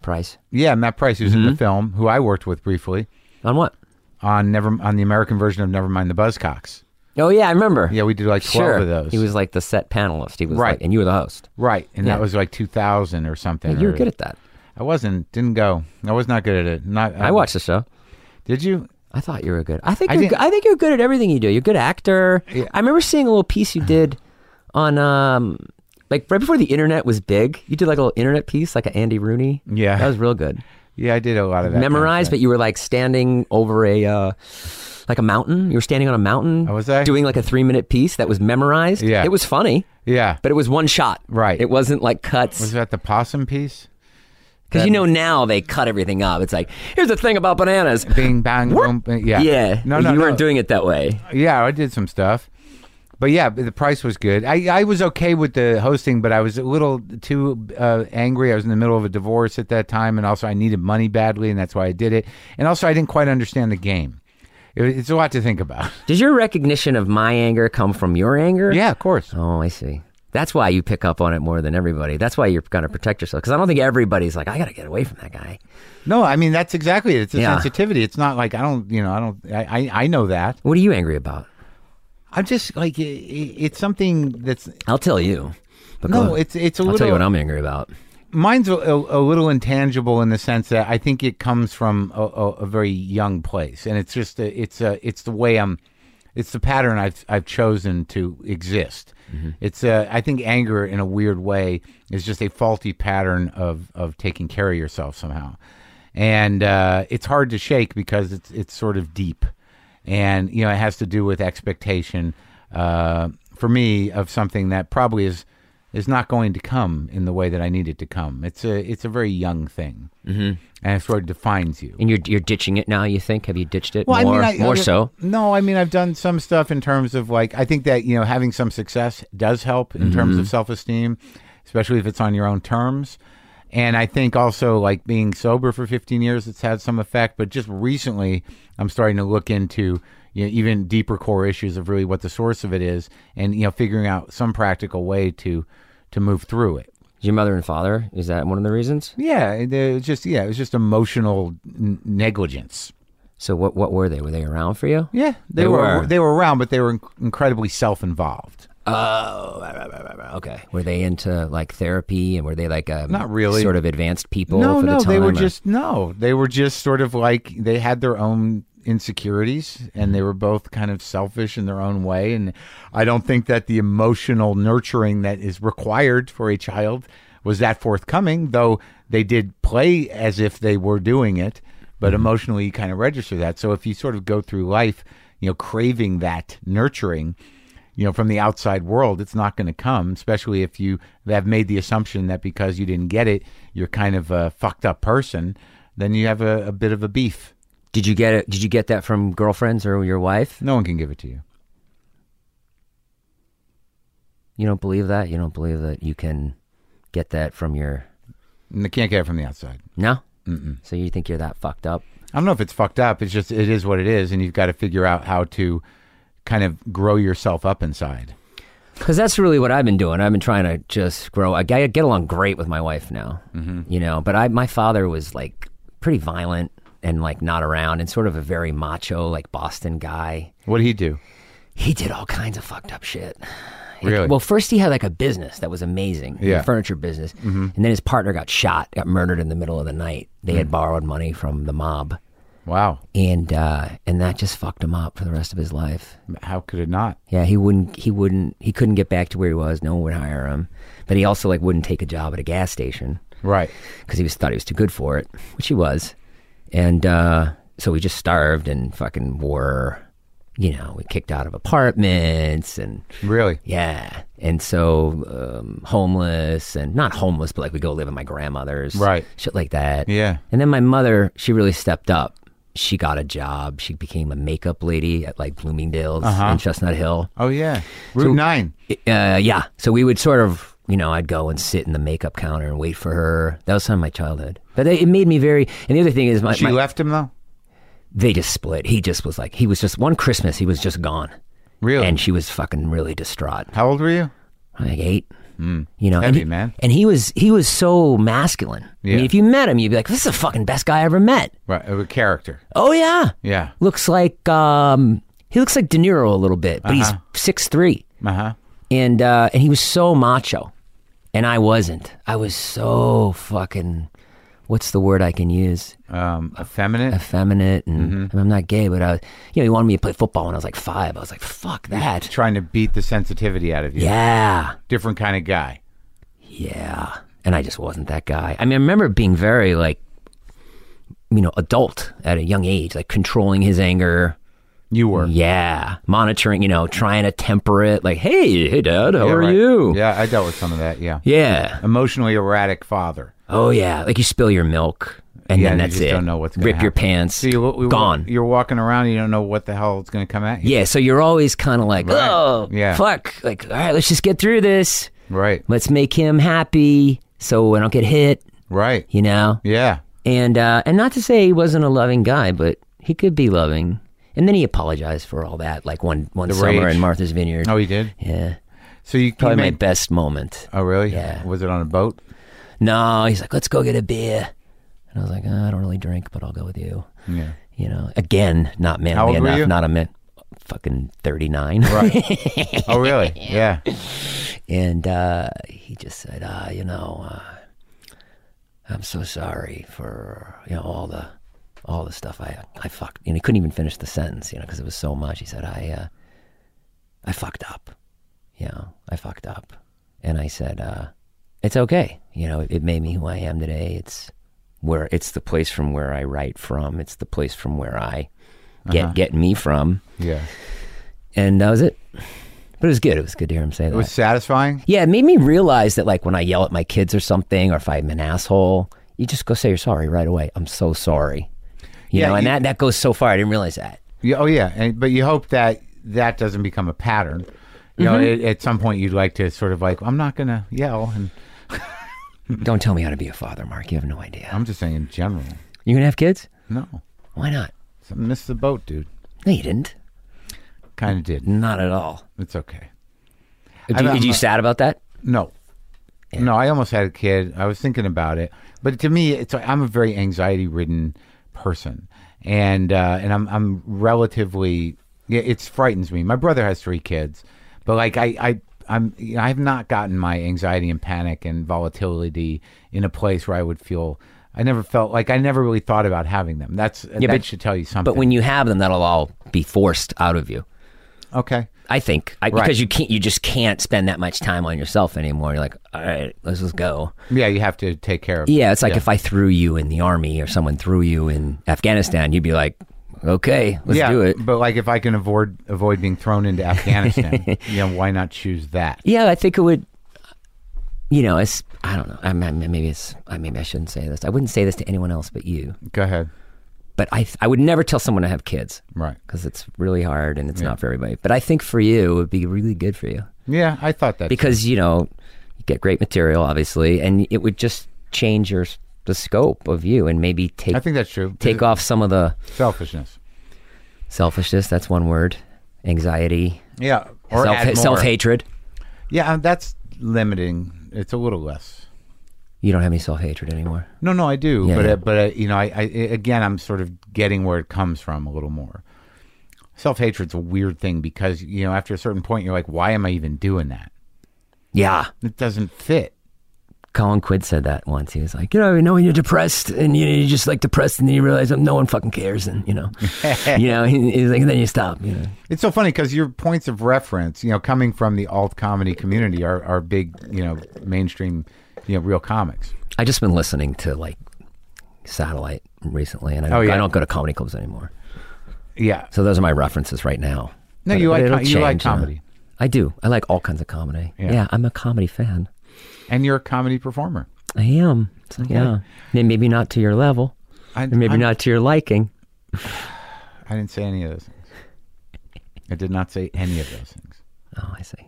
Price yeah, Matt Price, who's Mm-hmm. in the film, who I worked with briefly. on what? on never on the American version of Nevermind the Buzzcocks. Oh yeah, I remember. Yeah, we did like twelve sure. of those. He was like the set panelist. He was Right. like, and you were the host. right, and Yeah. that was like two thousand or something. Yeah, you were or- good at that. I wasn't. Didn't go. I was not good at it. Not. I watched the show. Did you? I thought you were good. I think I you're, didn't- go- I think you're good at everything you do. You're a good actor. I remember seeing a little piece you did on um like right before the internet was big. You did like a little internet piece, like an Andy Rooney. Yeah. that was real good. Yeah, I did a lot of that. memorize, kind but you were like standing over a uh, like a mountain. You were standing on a mountain. Oh, was I? doing like a three minute piece that was memorized? Yeah. it was funny, of stuff. Yeah. but it was one shot. Right. it wasn't like Was cuts that the possum piece? because you know now they cut everything up. It's like here's the thing about bananas. Bing bang boom. bing- Yeah. Yeah, No, no, you no. weren't doing it that way. Yeah, I did some stuff. But yeah, but the price was good. I, I was okay with the hosting, but I was a little too uh, angry. I was in the middle of a divorce at that time, and also I needed money badly, and that's why I did it. And also, I didn't quite understand the game. It, it's a lot to think (laughs) about. Does your recognition of my anger come from your anger? yeah, of course. Oh, I see. That's why you pick up on it more than everybody. That's why you're going to protect yourself. Because I don't think everybody's like, I got to get away from that guy. No, I mean that's exactly it. It's a Yeah. sensitivity. It's not like I don't, you know, I don't. I I, I know that. What are you angry about? I'm just like i i it's something that's I'll tell you. But go no. on. It's it's a I'll little. tell you what I'm angry about. mine's a, a, a little intangible in the sense that I think it comes from a, a, a very young place, and it's just a, it's a, it's the way I'm, it's the pattern I've I've chosen to exist. It's a, I think anger in a weird way is just a faulty pattern of of taking care of yourself somehow, and uh, it's hard to shake because it's it's sort of deep, and you know it has to do with expectation. Uh, for me, of something that probably is is not going to come in the way that I need it to come. It's a it's a very young thing, mm-hmm. and it sort of defines you. And you're you're ditching it now. You think? Have you ditched it more more so? No, I mean I've done some stuff in terms of like I think that you know having some success does help in terms of self esteem, especially if it's on your own terms. And I think also like being sober for 15 years, it's had some effect. But just recently, I'm starting to look into you know, even deeper core issues of really what the source of it is, and you know figuring out some practical way to to move through it. Your mother and father is that one of the reasons? Yeah, it, it was just yeah, it was just emotional n- negligence. So what what were they? Were they around for you? Yeah, they, They were, were. they were around, but they were inc- incredibly self-involved. Oh, right, right, right, right, right. okay. Were they into like therapy and were they like um, Not really. sort of advanced people? no, for no, the time, they were or- just no, they were just sort of like they had their own insecurities, and they were both kind of selfish in their own way. And I don't think that the emotional nurturing that is required for a child was that forthcoming, though they did play as if they were doing it. But Mm-hmm. emotionally, you kind of register that. So if you sort of go through life, you know, craving that nurturing, you know, from the outside world, it's not going to come, especially if you have made the assumption that because you didn't get it, you're kind of a fucked up person, then you have a, a bit of a beef. Did you get it? Did you get that from girlfriends or your wife? No one can give it to you. You don't believe that? You don't believe that you can get that from your And they can't get it from the outside. no? Mm-mm. So you think you're that fucked up? I don't know if it's fucked up. It's just, it is what it is. And you've got to figure out how to kind of grow yourself up inside. Because that's really what I've been doing. I've been trying to just grow. I g- I get along great with my wife now, Mm-hmm. you know. But I, my father was like pretty violent and like not around, and sort of a very macho, like Boston guy. What did he do? He did all kinds of fucked up shit. Like, Really? well, first he had like a business that was amazing, Yeah. Mm-hmm. a furniture business, and then his partner got shot, got murdered in the middle of the night. They Mm. had borrowed money from the mob, Wow. and uh, and that just fucked him up for the rest of his life. How could it not? Yeah, he wouldn't. He wouldn't. He couldn't get back to where he was. No one would hire him. But he also like wouldn't take a job at a gas station Right. because he was thought he was too good for it, which he was. And uh, so we just starved and fucking were, you know, we kicked out of apartments and Really? yeah, and so um, homeless and not homeless, but like we go live at my grandmother's, Right. Shit like that. Yeah. And then my mother, she really stepped up. She got a job. She became a makeup lady at like Bloomingdale's Uh-huh. in Chestnut Hill. Oh, yeah. Route 9. Uh, yeah. So we would sort of, you know, I'd go and sit in the makeup counter and wait for her. That was some of my childhood. But it it made me very. And the other thing is, my, She my- left him, though? they just split. He just was like, he was just one Christmas, he was just gone, Really? and she was fucking really distraught. how old were you? Like eight. You know, and Heavy, he, Hmm. man. And he was he was so masculine. I Yeah. mean, if you met him, you'd be like, "This is the fucking best guy I ever met." Right. A character. Oh yeah, Yeah. looks like um, he looks like De Niro a little bit, but Uh-huh. he's six three Uh huh. and uh, and he was so macho, and I wasn't. I was so fucking. What's the word I can use? Um, effeminate. Effeminate, and Mm-hmm. I am not gay, but I, you know, he wanted me to play football when I was like five. I was like, "Fuck that." trying to beat the sensitivity out of you. Yeah, Different kind of guy. yeah. And I just wasn't that guy. I mean, I remember being very like you know, adult at a young age, like controlling his anger. You Mm, were. Yeah, monitoring, you know, trying to temper it. Like, hey, hey, dad, how Yeah, are right. you? Yeah, I dealt with some of that. Yeah. Yeah. Emotionally erratic father. Oh yeah, like you spill your milk and Yeah, then you that's just it. don't know what's gonna rip your happen. pants. See, what we gone. You're walking around, and you don't know what the hell is going to come at you. yeah, so you're always kind of like, Right. oh, Yeah. fuck. Like, all right, let's just get through this. Right. Let's make him happy so I don't get hit. Right. You know, Yeah. and uh, and not to say he wasn't a loving guy, but he could be loving. And then he apologized for all that, like one one summer rage. in Martha's Vineyard. Oh, he did. Yeah, So you probably you my made- best moment. Oh, really? Yeah. Was it on a boat? No, he's like, let's go get a beer. And I was like, "Uh, I don't really drink, but I'll go with you. (laughs) Yeah. You know, again, not manly How old were enough. you? Not a man, fucking thirty nine. Oh, really? yeah. and uh, he just said, uh, you know, uh, I'm so sorry for you know all the all the stuff I I fucked. And he couldn't even finish the sentence, you know, because it was so much. He said, I uh, I fucked up, you know, I fucked up, and I said, uh, it's okay, you know, it, it made me who I am today. It's where it's the place from where I write from. It's the place from where I Uh-huh. get get me from, Yeah. and that was it. But it was good. It was good to hear him say that. It was satisfying. Yeah, it made me realize that like when I yell at my kids or something, or if I'm an asshole, you just go say you're sorry right away. I'm so sorry. You Yeah, know, and you- that, that goes so far. I didn't realize that. Yeah. Oh, yeah. And, but you hope that that doesn't become a pattern. You know, it, Mm-hmm. at some point you'd like to sort of like, I'm not going to yell. And Don't tell me how to be a father, Mark. You have no idea. I'm just saying in general. You gonna have kids? No. Why not? So missed the boat, dude. No, you didn't. Kind of did. Not at all. It's okay. Did I'm- you, did you I'm- sad about that? No. No, I almost had a kid. I was thinking about it, but to me, it's like I'm a very anxiety-ridden person, and uh, and I'm I'm relatively yeah, it frightens me. My brother has three kids, but like I I I'm you know, I've not gotten my anxiety and panic and volatility in a place where I would feel. I never felt like I never really thought about having them. That's that but- should tell you something. But when you have them, that'll all be forced out of you. okay, I think I, Right. because you can't, you just can't spend that much time on yourself anymore. You're like, all right, let's just go. yeah, you have to take care of. Yeah, it's like if I threw you in the army or someone threw you in Afghanistan, you'd be like, okay, let's yeah, do it. But like, if I can avoid avoid being thrown into (laughs) Afghanistan, you know, why not choose that? Yeah, I think it would. You know, it's I don't know. I, mean, maybe it's I maybe I shouldn't say this. I wouldn't say this to anyone else but you. Go ahead. But I I would never tell someone to have kids Right. because it's really hard and it's not for everybody. But I think for you it would be really good for you Yeah, I thought that. because you know you get great material obviously, and it would just change your s- the scope of you and maybe take I think that's true. take off some of the selfishness. selfishness. That's one word. Anxiety, Yeah, or add more. self self hatred. Yeah, um, that's limiting. It's a little less. You don't have any self hatred anymore. No, no, I do, Yeah, but yeah. Uh, but uh, you know, I, I again, I'm sort of getting where it comes from a little more. Self hatred's a weird thing because you know, after a certain point, you're like, why am I even doing that? Yeah. It doesn't fit. Colin Quid said that once. He was like, you know, you know, when you're depressed and you, you're just like depressed and then you realize um, no one fucking cares and, (laughs) you know, you know, he, he's like, and then you stop, you know. It's so funny because your points of reference, you know, coming from the alt comedy community, are, are big, you know, mainstream, you know, real comics. I just been listening to like Satellite recently and I, Oh, yeah. I don't go to comedy clubs anymore. Yeah. So those are my references right now. No, you like it'll com- you like you know. comedy. I do. I like all kinds of comedy. Yeah. Yeah. I'm a comedy fan. And you're a comedy performer. I am. So, Yeah. Then Maybe not to your level. I, and Maybe I'm- not to your liking. I didn't say any of those things. I did not say any of those things. Oh, I see.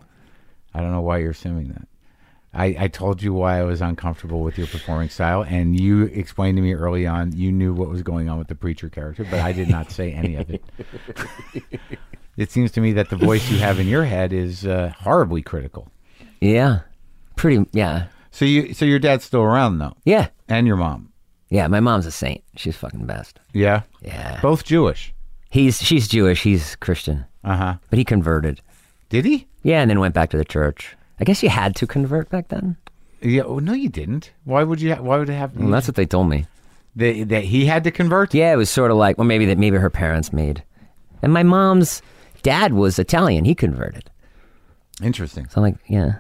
I don't know why you're assuming that. I, I told you why I was uncomfortable with your performing style, and you explained to me early on you knew what was going on with the preacher character, but I did not say any (laughs) of it. it seems to me that the voice you have in your head is uh, horribly critical. Yeah. Pretty. Yeah. So you, so your dad's still around though, Yeah. and your mom, Yeah, my mom's a saint. She's fucking best. yeah, Yeah. both Jewish. He's she's Jewish, he's Christian. Uh huh. But he converted. Did he? Yeah, and then went back to the church. I guess you had to convert back then. Yeah. Oh, no, you didn't. Why would you? Ha- why would it have? Well, that's what they told me. that, that he had to convert. Yeah, it was sort of like well maybe that maybe her parents made. And my mom's dad was Italian. He converted. Interesting. So I'm like, yeah.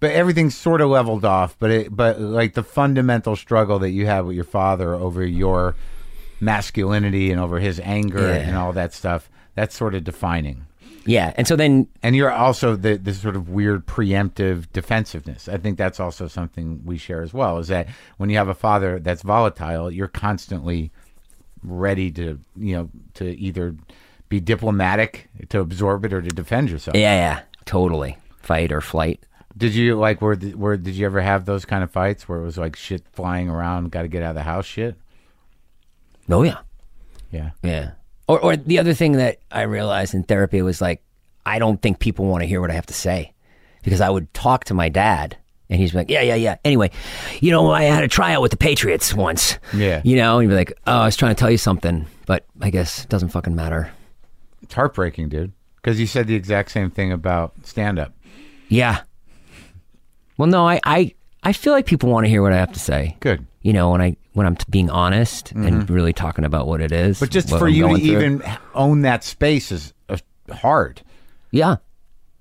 But everything's sort of leveled off. But it, but like the fundamental struggle that you have with your father over your masculinity and over his anger Yeah. and all that stuff. That's sort of defining. Yeah, and so then And you're also the this sort of weird preemptive defensiveness. I think that's also something we share as well. Is that when you have a father that's volatile, you're constantly ready to you know to either be diplomatic to absorb it or to defend yourself. yeah, yeah, totally fight or flight. Did you like where where did you ever have those kind of fights where it was like shit flying around, got to get out of the house, shit? Oh yeah, Yeah. yeah. Or or the other thing that I realized in therapy was like I don't think people want to hear what I have to say because I would talk to my dad and he's like yeah yeah yeah anyway you know I had a tryout with the Patriots once Yeah. you know and he'd be like oh I was trying to tell you something but I guess it doesn't fucking matter It's heartbreaking, dude. Because you said the exact same thing about stand up. yeah well no I I I feel like people want to hear what I have to say Good. Mm-hmm. you know when i when i'm t- being honest and really talking about what it is But just what for I'm you to going through. even own that space is uh, hard. yeah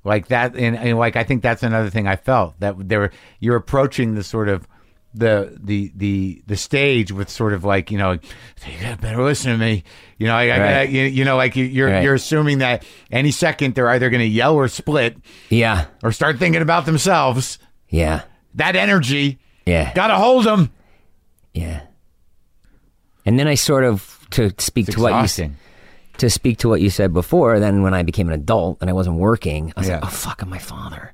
Like that, and, and like I think that's another thing I felt that there you're approaching the sort of the the the the stage with sort of like you know you gotta better listen to me you know I, I, Right. you, you know like you, you're Right. you're assuming that any second they're either gonna yell or split yeah or start thinking about themselves yeah that energy yeah gotta hold them yeah and then i sort of to speak to what you s- to speak to what you said before then when i became an adult and i wasn't working i was like Yeah. oh fuck i'm my father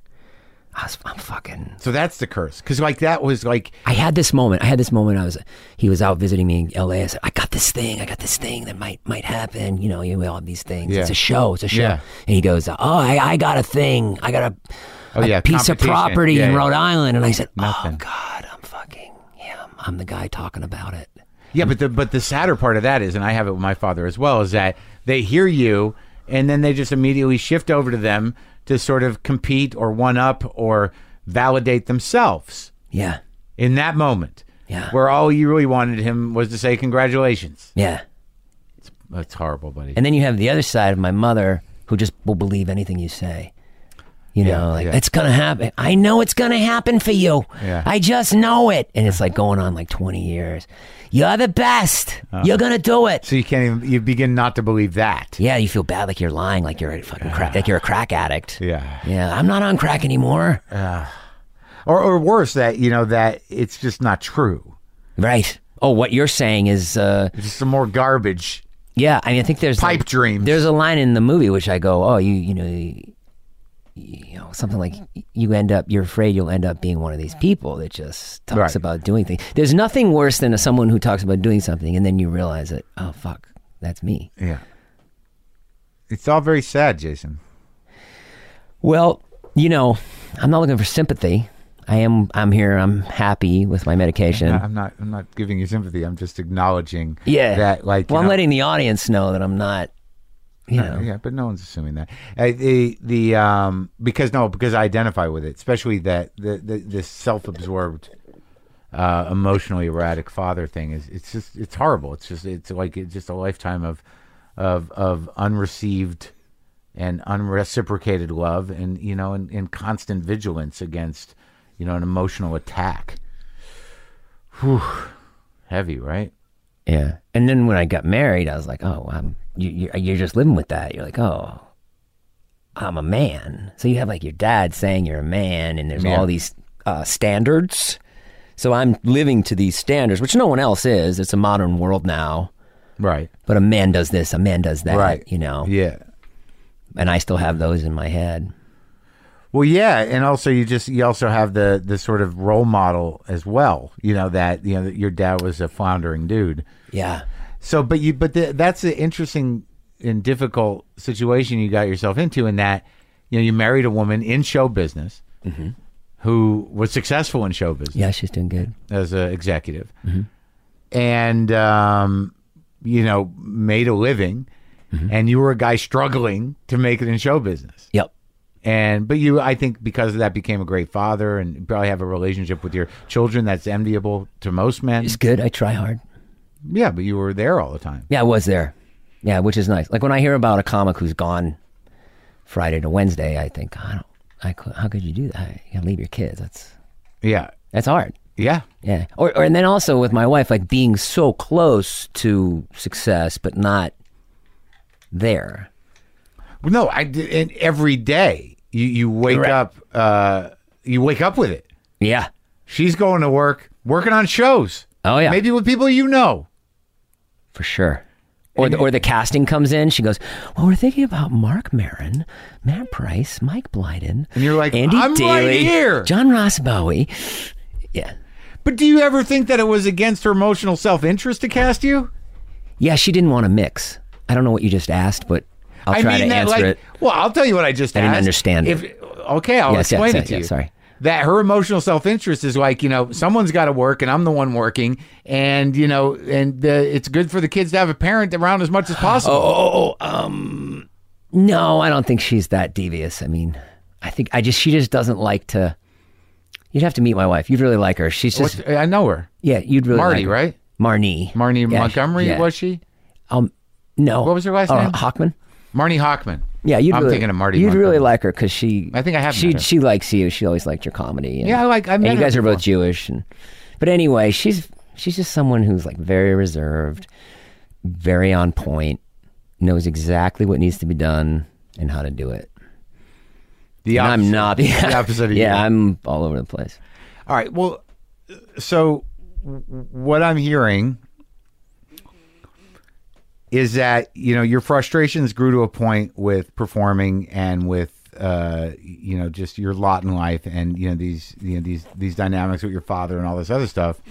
I was, i'm fucking So that's the curse. Because like that was like I had this moment. I had this moment. I was he was out visiting me in LA. I said, I got this thing. I got this thing that might might happen. You know, you know all these things. Yeah. It's a show. It's a show. Yeah. And he goes, Oh, I, I got a thing. I got a, a Oh, yeah, piece of competition. property Yeah, in yeah. Rhode Island. And I said, Nothing. Oh God, I'm fucking him. I'm the guy talking about it. yeah, but the but the sadder part of that is, and I have it with my father as well, is that they hear you and then they just immediately shift over to them to sort of compete or one up or validate themselves Yeah. in that moment. Yeah. Where all you really wanted him was to say congratulations. Yeah. That's horrible, buddy. And then you have the other side of my mother who just will believe anything you say. You know, Yeah, like yeah. it's gonna happen. I know it's gonna happen for you. Yeah. I just know it. And it's like going on like twenty years. You're the best. Uh-huh. You're gonna do it. so you can't even you begin not to believe that. Yeah, you feel bad like you're lying, like you're a fucking crack like you're a crack addict. Yeah. Uh. Yeah, I'm not on crack anymore. Or or worse, that you know that it's just not true. Right. Oh, what you're saying is uh It's just some more garbage. Yeah, I mean, I think there's Pipe dreams. There's a line in the movie which I go, oh, you, you know, you, you know, something like you end up, you're afraid you'll end up being one of these people that just talks Right. about doing things. There's nothing worse than someone who talks about doing something and then you realize it. Oh fuck, that's me. Yeah. It's all very sad, Jason. Well, you know, I'm not looking for sympathy. I am. I'm here. I'm happy with my (laughs) medication. I- I'm not. I'm not giving you sympathy. I'm just acknowledging. yeah. That like. you well, I'm know- letting the audience know that I'm not. You know. Yeah, but no one's assuming that. Uh, the the um because no because I identify with it, especially that the the, this self-absorbed, uh, emotionally erratic father thing is it's just it's horrible. It's just it's like it's just a lifetime of, of of unreceived, and unreciprocated love, and you know, and, and constant vigilance against, you know, an emotional attack. Whew. Heavy, right? Yeah. And then when I got married, I was like, oh, I'm, you, you're, you're just living with that. You're like, oh, I'm a man. So you have like your dad saying you're a man, and there's Yeah. all these uh, standards. So I'm living to these standards, which no one else is. It's a modern world now. Right. But a man does this, a man does that, you know? Yeah. And I still have those in my head. Well, yeah, and also you just you also have the the sort of role model as well. You know that you know that your dad was a floundering dude. Yeah. So, but you but the, that's the interesting and difficult situation you got yourself into in that you know you married a woman in show business Mm-hmm. who was successful in show business Yeah, she's doing good. as an executive, Mm-hmm. and um, you know made a living, Mm-hmm. and you were a guy struggling to make it in show business Yep. and but you i think because of that became a great father and probably have a relationship with your children that's enviable to most men It's good. I try hard. yeah but you were there all the time Yeah, I was there. Yeah, which is nice. Like when I hear about a comic who's gone Friday to Wednesday, I think, I don't, I, cou- how could you do that? You gotta leave your kids. That's yeah that's hard. Yeah. Yeah. Or, or and then also with my wife, like being so close to success, but not there. Well, No, I did, and every day you, you wake Correct. up uh, you wake up with it. Yeah. She's going to work, working on shows. Oh, yeah. Maybe with people you know. For sure. Or the, or the casting comes in. She goes, "Well, we're thinking about Mark Maron, Matt Price, Mike Blyden, And you're like, Andy "I'm right Daly, here." John Ross Bowie." Yeah, But do you ever think that it was against her emotional self interest to cast you? yeah. She didn't want to mix. I don't know what you just asked, but I'll try to answer it. Well, I'll tell you what I just I didn't asked. understand If, it. okay, I'll Yes, yes, explain yes, it to yes, you. sorry. That her emotional self interest is like, you know, someone's got to work and I'm the one working. And, you know, and the, it's good for the kids to have a parent around as (gasps) much as possible. Oh, um, no, I don't think she's that devious. I mean, I think I just she just doesn't like to. You'd have to meet my wife. You'd really like her. She's just What's- I know her. yeah. You'd really Marty, Oh. like her. right? Marnie. Marnie Yeah, Montgomery, yeah. was she? Um, no. What was her last Oh, name? Hockman. Marnie Hockman. Yeah, you'd I'm really, thinking of Marty You'd Montgomery. really like her because she. I think I have She met her. she likes you. She always liked your comedy. and- Yeah, I like- I and met you her guys are both Jewish, and but anyway, she's she's just someone who's like very reserved, very on point, knows exactly what needs to be done and how to do it. The And I'm opposite. not. Yeah, The opposite of you. (laughs) yeah, I'm all over the place. All right. Well, so w- what I'm hearing is that you know your frustrations grew to a point with performing and with uh, you know just your lot in life and you know these you know these these dynamics with your father and all this other stuff,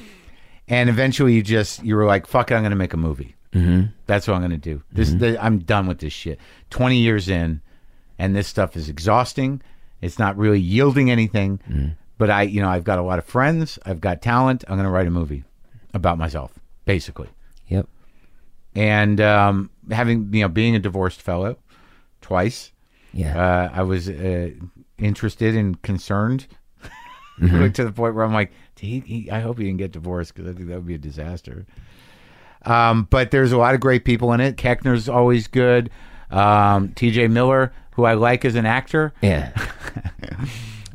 and eventually you just you were like, "Fuck, it, I'm going to make a movie. Mm-hmm. That's what I'm going to do. This the, I'm done with this shit. Twenty years in, and this stuff is exhausting. It's not really yielding anything. But I, you know, I've got a lot of friends. I've got talent. I'm going to write a movie about myself, basically Yep. and um, having you know being a divorced fellow twice, Yeah. uh, I was uh, interested and concerned (laughs) Mm-hmm. like, to the point where I'm like, "Did he, he, I hope he didn't get divorced because I think that would be a disaster. Um, but there's a lot of great people in it. Keckner's always good. Um, T.J. Miller, who I like as an actor. (laughs) yeah.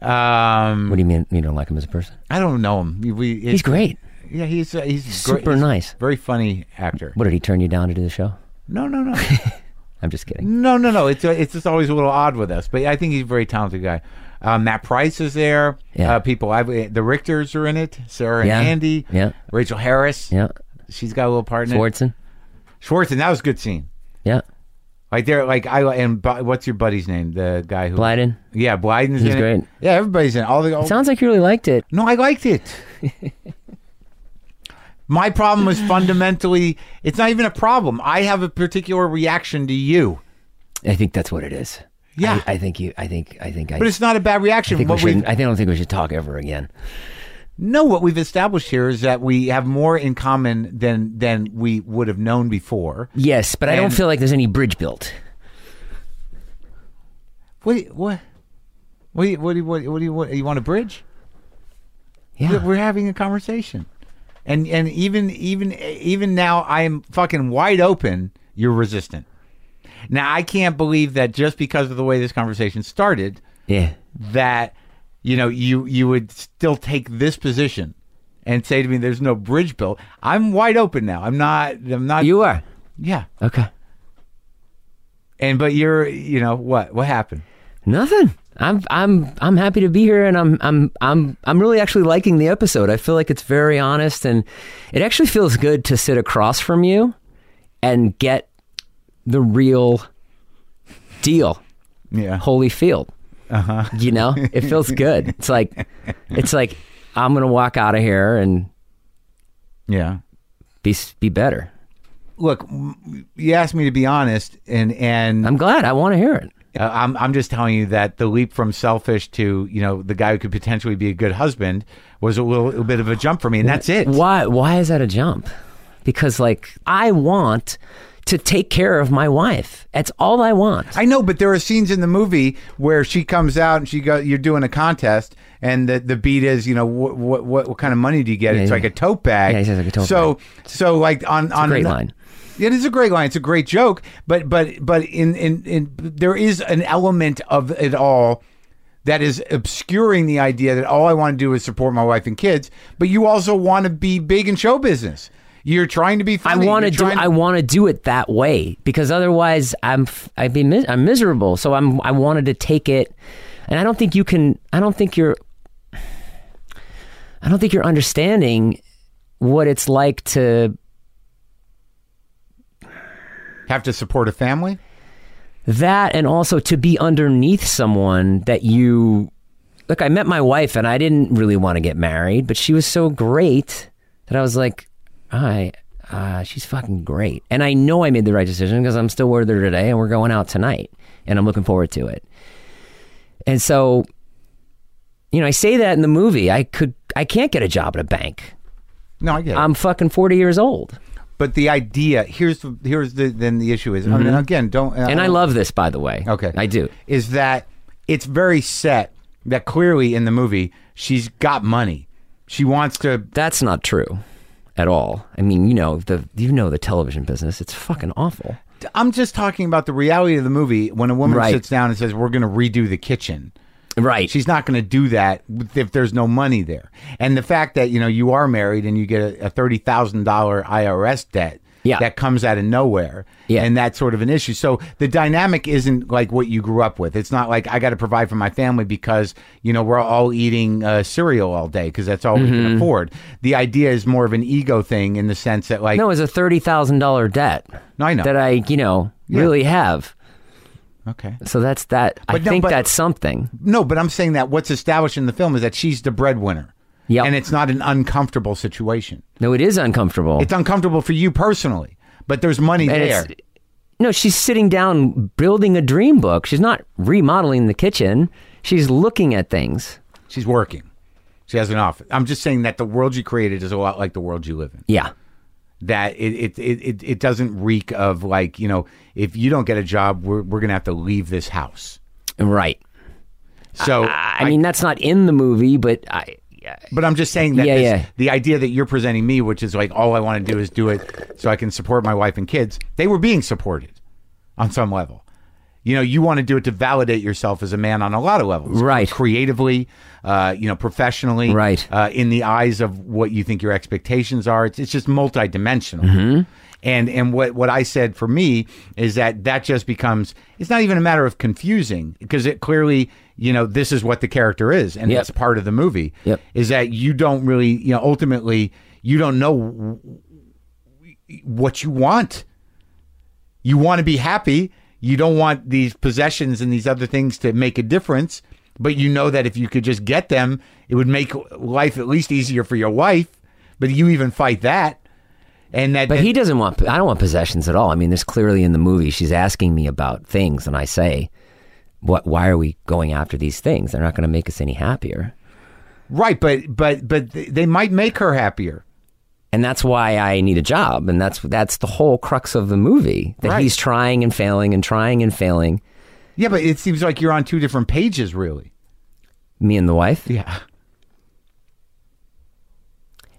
Um, What do you mean you don't like him as a person? I don't know him. We, we, He's it's- great. Yeah, he's uh, he's great. Super He's a nice. Very funny actor. What did he turn you down to do the show? No, no, no. I'm just kidding. No, no, no. It's it's just always a little odd with us, but I think he's a very talented guy. Uh, Matt Price is there. Yeah. Uh, people, I've, the Richters are in it. Sarah Yeah. and Andy. Yeah. Rachel Harris. Yeah. She's got a little part in Swartzen. it. Schwartz, and that was a good scene. Yeah. Like there, like I and Bu- what's your buddy's name? The guy who Blyden. Yeah, Blyden's He's in it. great. Yeah, everybody's in it. all the. All, Sounds like you really liked it. no, I liked it. (laughs) My problem was fundamentally, it's not even a problem. I have a particular reaction to you. I think that's what it is. Yeah. I, I think you. I think. I think. I, But it's not a bad reaction. I think we What we've- should. I don't think we should talk ever again. No, what we've established here is that we have more in common than than we would have known before. Yes, but I don't And- feel like there's any bridge built. Wait, what? What do you, what do you, what, do you what, you want a bridge? Yeah. We're having a conversation, and and even even even now I am fucking wide open. You're resistant. Now I can't believe that just because of the way this conversation started, Yeah. that you know you you would still take this position and say to me, "There's no bridge built." I'm wide open now. I'm not. I'm not. You are yeah. okay. And but you're, you know, what what happened? Nothing. I'm. I'm. I'm happy to be here, and I'm. I'm. I'm. I'm really actually liking the episode. I feel like it's very honest, and it actually feels good to sit across from you and get the real deal. Yeah. Holyfield. Uh-huh. You know, it feels good. It's like, it's like I'm gonna walk out of here and Yeah. be be better. Look, m- you asked me to be honest, and and uh, I'm glad. I want to hear it. I'm I'm just telling you that the leap from selfish to you know the guy who could potentially be a good husband was a little, little bit of a jump for me, and that's it. Why? Why is that a jump? Because like I want to take care of my wife. That's all I want. I know, but there are scenes in the movie where she comes out and she go, "You're doing a contest," and the the beat is, you know, what what what, what kind of money do you get? it's yeah. like a tote bag. Yeah, he says like a tote so, So like on on great line. It is a great line. It's a great joke, but but but in in in there is an element of it all that is obscuring the idea that all I want to do is support my wife and kids, but you also want to be big in show business. You're trying to be I funny. want to You're do. trying I want to do it that way because otherwise, I'm f- I'd be mis- I'm miserable. So I'm. I wanted to take it, and I don't think you can. I don't think you're. I don't think you're understanding what it's like to have to support a family. that, and also to be underneath someone that you. Look, I met my wife, and I didn't really want to get married, but she was so great that I was like, I. Uh, she's fucking great. And I know I made the right decision because I'm still with her today and we're going out tonight and I'm looking forward to it. And so, you know, I say that in the movie. I could, I can't get a job at a bank. No, I get it. I'm fucking 40 years old. but the idea here's the, here's the then the issue is I mean, again don't Mm-hmm. uh, And I love this, by the way. Oh. Okay. I do. Is that it's very set that clearly in the movie she's got money. She wants to That's not true at all. I mean, you know, the, you know, the television business, it's fucking awful. I'm just talking about the reality of the movie when a woman Right. sits down and says we're going to redo the kitchen. Right. She's not going to do that if there's no money there. And the fact that, you know, you are married and you get a, a $30,000 IRS debt Yeah. that comes out of nowhere. Yeah. And that's sort of an issue. So the dynamic isn't like what you grew up with. It's not like I got to provide for my family because, you know, we're all eating uh, cereal all day because that's all we Mm-hmm. can afford. The idea is more of an ego thing in the sense that, like, no, it's a $30,000 debt No, I know. that I, you know, really have. okay. So that's that. I But no, think but- that's something. No, but I'm saying that what's established in the film is that she's the breadwinner. Yep. And it's not an uncomfortable situation. No, it is uncomfortable. It's uncomfortable for you personally, but there's money And there. it's- no, she's sitting down building a dream book. She's not remodeling the kitchen. She's looking at things. She's working. She has an office. I'm just saying that the world you created is a lot like the world you live in. Yeah. That it it it, it, it doesn't reek of like you know if you don't get a job, we're we're gonna have to leave this house. Right. So I, mean, that's not in the movie, but I. but I'm just saying that Yeah, this- yeah. the idea that you're presenting me, which is like all I want to do is do it so I can support my wife and kids. They were being supported on some level. You know, you want to do it to validate yourself as a man on a lot of levels, Right. Creatively, uh, you know, professionally, Right. Uh, in the eyes of what you think your expectations are, it's, it's just multidimensional. Mm-hmm. And and what what I said for me is that that just becomes it's not even a matter of confusing because it clearly you know this is what the character is and Yep. that's part of the movie Yep. is that you don't really, you know, ultimately you don't know w- w- what you want. You want to be happy. You don't want these possessions and these other things to make a difference, but you know that if you could just get them, it would make life at least easier for your wife. But you even fight that, and that. But he doesn't want. I don't want possessions at all. I mean, there's clearly in the movie she's asking me about things, and I say, "What? Why are we going after these things? They're not going to make us any happier." right, but but but th- they might make her happier. And that's why I need a job, and that's that's the whole crux of the movie that Right. he's trying and failing and trying and failing. Yeah, but it seems like you're on two different pages, really. Me and the wife. Yeah.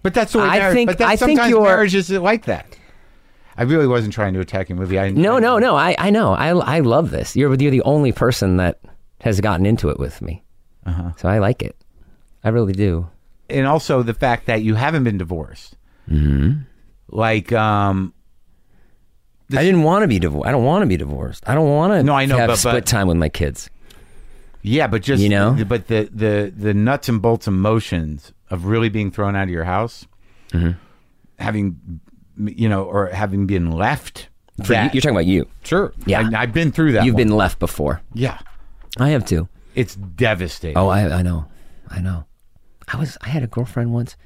But that's the way I marriage, think- but that's I think sometimes you're- marriage is like that. I really wasn't trying to attack your movie. I No, I- no, no. I, I know. I, I love this. You're you're the only person that has gotten into it with me. Uh-huh. So I like it. I really do. And also the fact that you haven't been divorced. Mm-hmm. Like, um, I didn't want to be divorced. I don't want to be divorced. I don't want to. No, I know, Have but- split but- time with my kids. yeah, but just You know? but the the the nuts and bolts emotions of really being thrown out of your house, Mm-hmm. having, you know, or having been left. For you, that- you're talking about you. sure. Yeah. I, I've been through that. You've one. been left before. yeah. I have too. It's devastating. Oh, I I know. I know. I was. I had a girlfriend once.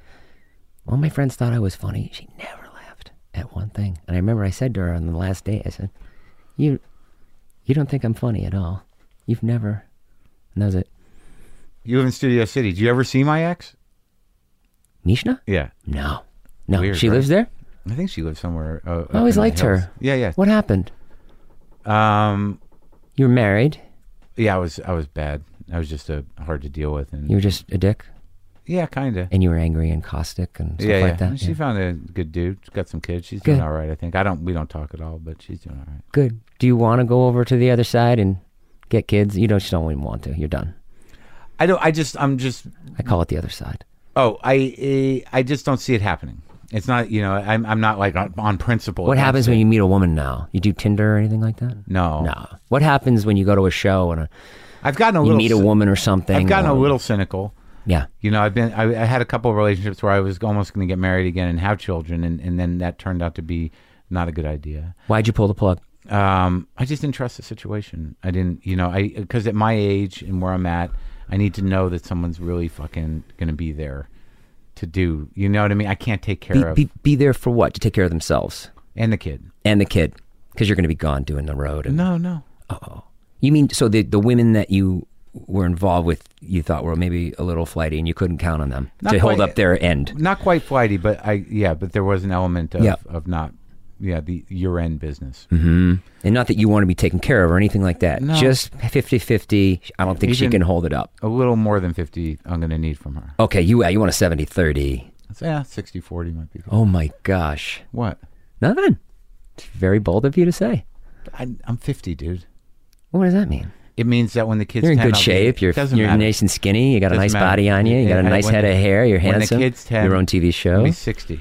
One of my friends thought I was funny. She never laughed at one thing. And I remember I said to her on the last date, I said, "You, you don't think I'm funny at all. You've never." And that was it. You live in Studio City. Did you ever see my ex? Mishna? Yeah. No. No. Weird, she right? lives there? I think she lives somewhere. Uh, up I always in the liked her. hills. Yeah, yeah. What happened? Um, You were married. yeah, I was, I was bad. I was just a hard to deal with, and You were just a dick. yeah, kind of. And you were angry and caustic and stuff Yeah, yeah. like that. she Yeah. found a good dude. She's got some kids. She's doing Good. all right, I think. I don't. We don't talk at all, but she's doing all right. Good. Do you want to go over to the other side and get kids? You don't, you don't even want to. You're done. I don't. I just. I'm just. I call it the other side. Oh, I. I I just don't see it happening. It's not. You know. I'm. I'm not like on, on principle. What happens when you meet a woman now? You do Tinder or anything like that? No. No. What happens when you go to a show and a, I've gotten a you little. meet a cy- woman or something? I've gotten a or- little cynical. Yeah. You know, I've been. I, I had a couple of relationships where I was almost going to get married again and have children, and, and then that turned out to be not a good idea. Why'd you pull the plug? um, I just didn't trust the situation. I didn't, you know, I because at my age and where I'm at, I need to know that someone's really fucking gonna be there to do. You know what I mean? I can't take care Be, of be, be there for what? To take care of themselves and the kid. and the kid, because you're going to be gone doing the road. And, oh. No, no. You mean so the the women that you were involved with, you thought were maybe a little flighty, and you couldn't count on them Not to hold quite. up their end. Not quite flighty, but I yeah, but there was an element of Yeah. Mm-hmm. of not yeah, the your end business. And not that you want to be taken care of or anything like that. No. Just 50 50. I don't think she Even- can hold it up. A little more than fifty I'm gonna need from her. Okay, you, you want a 70 30. So, yeah, 60, 40 might be good. Oh my gosh. What? Nothing. It's very bold of you to say. I, I'm fifty, dude. What does that mean? It means that when the kids You're in 10, good I'll be- shape. You're, doesn't you're matter. nice and skinny. You got a Doesn't nice matter. body on you. You got a And nice when head the- of hair. You're when the handsome. kid's 10, your own TV I'll show. be 60.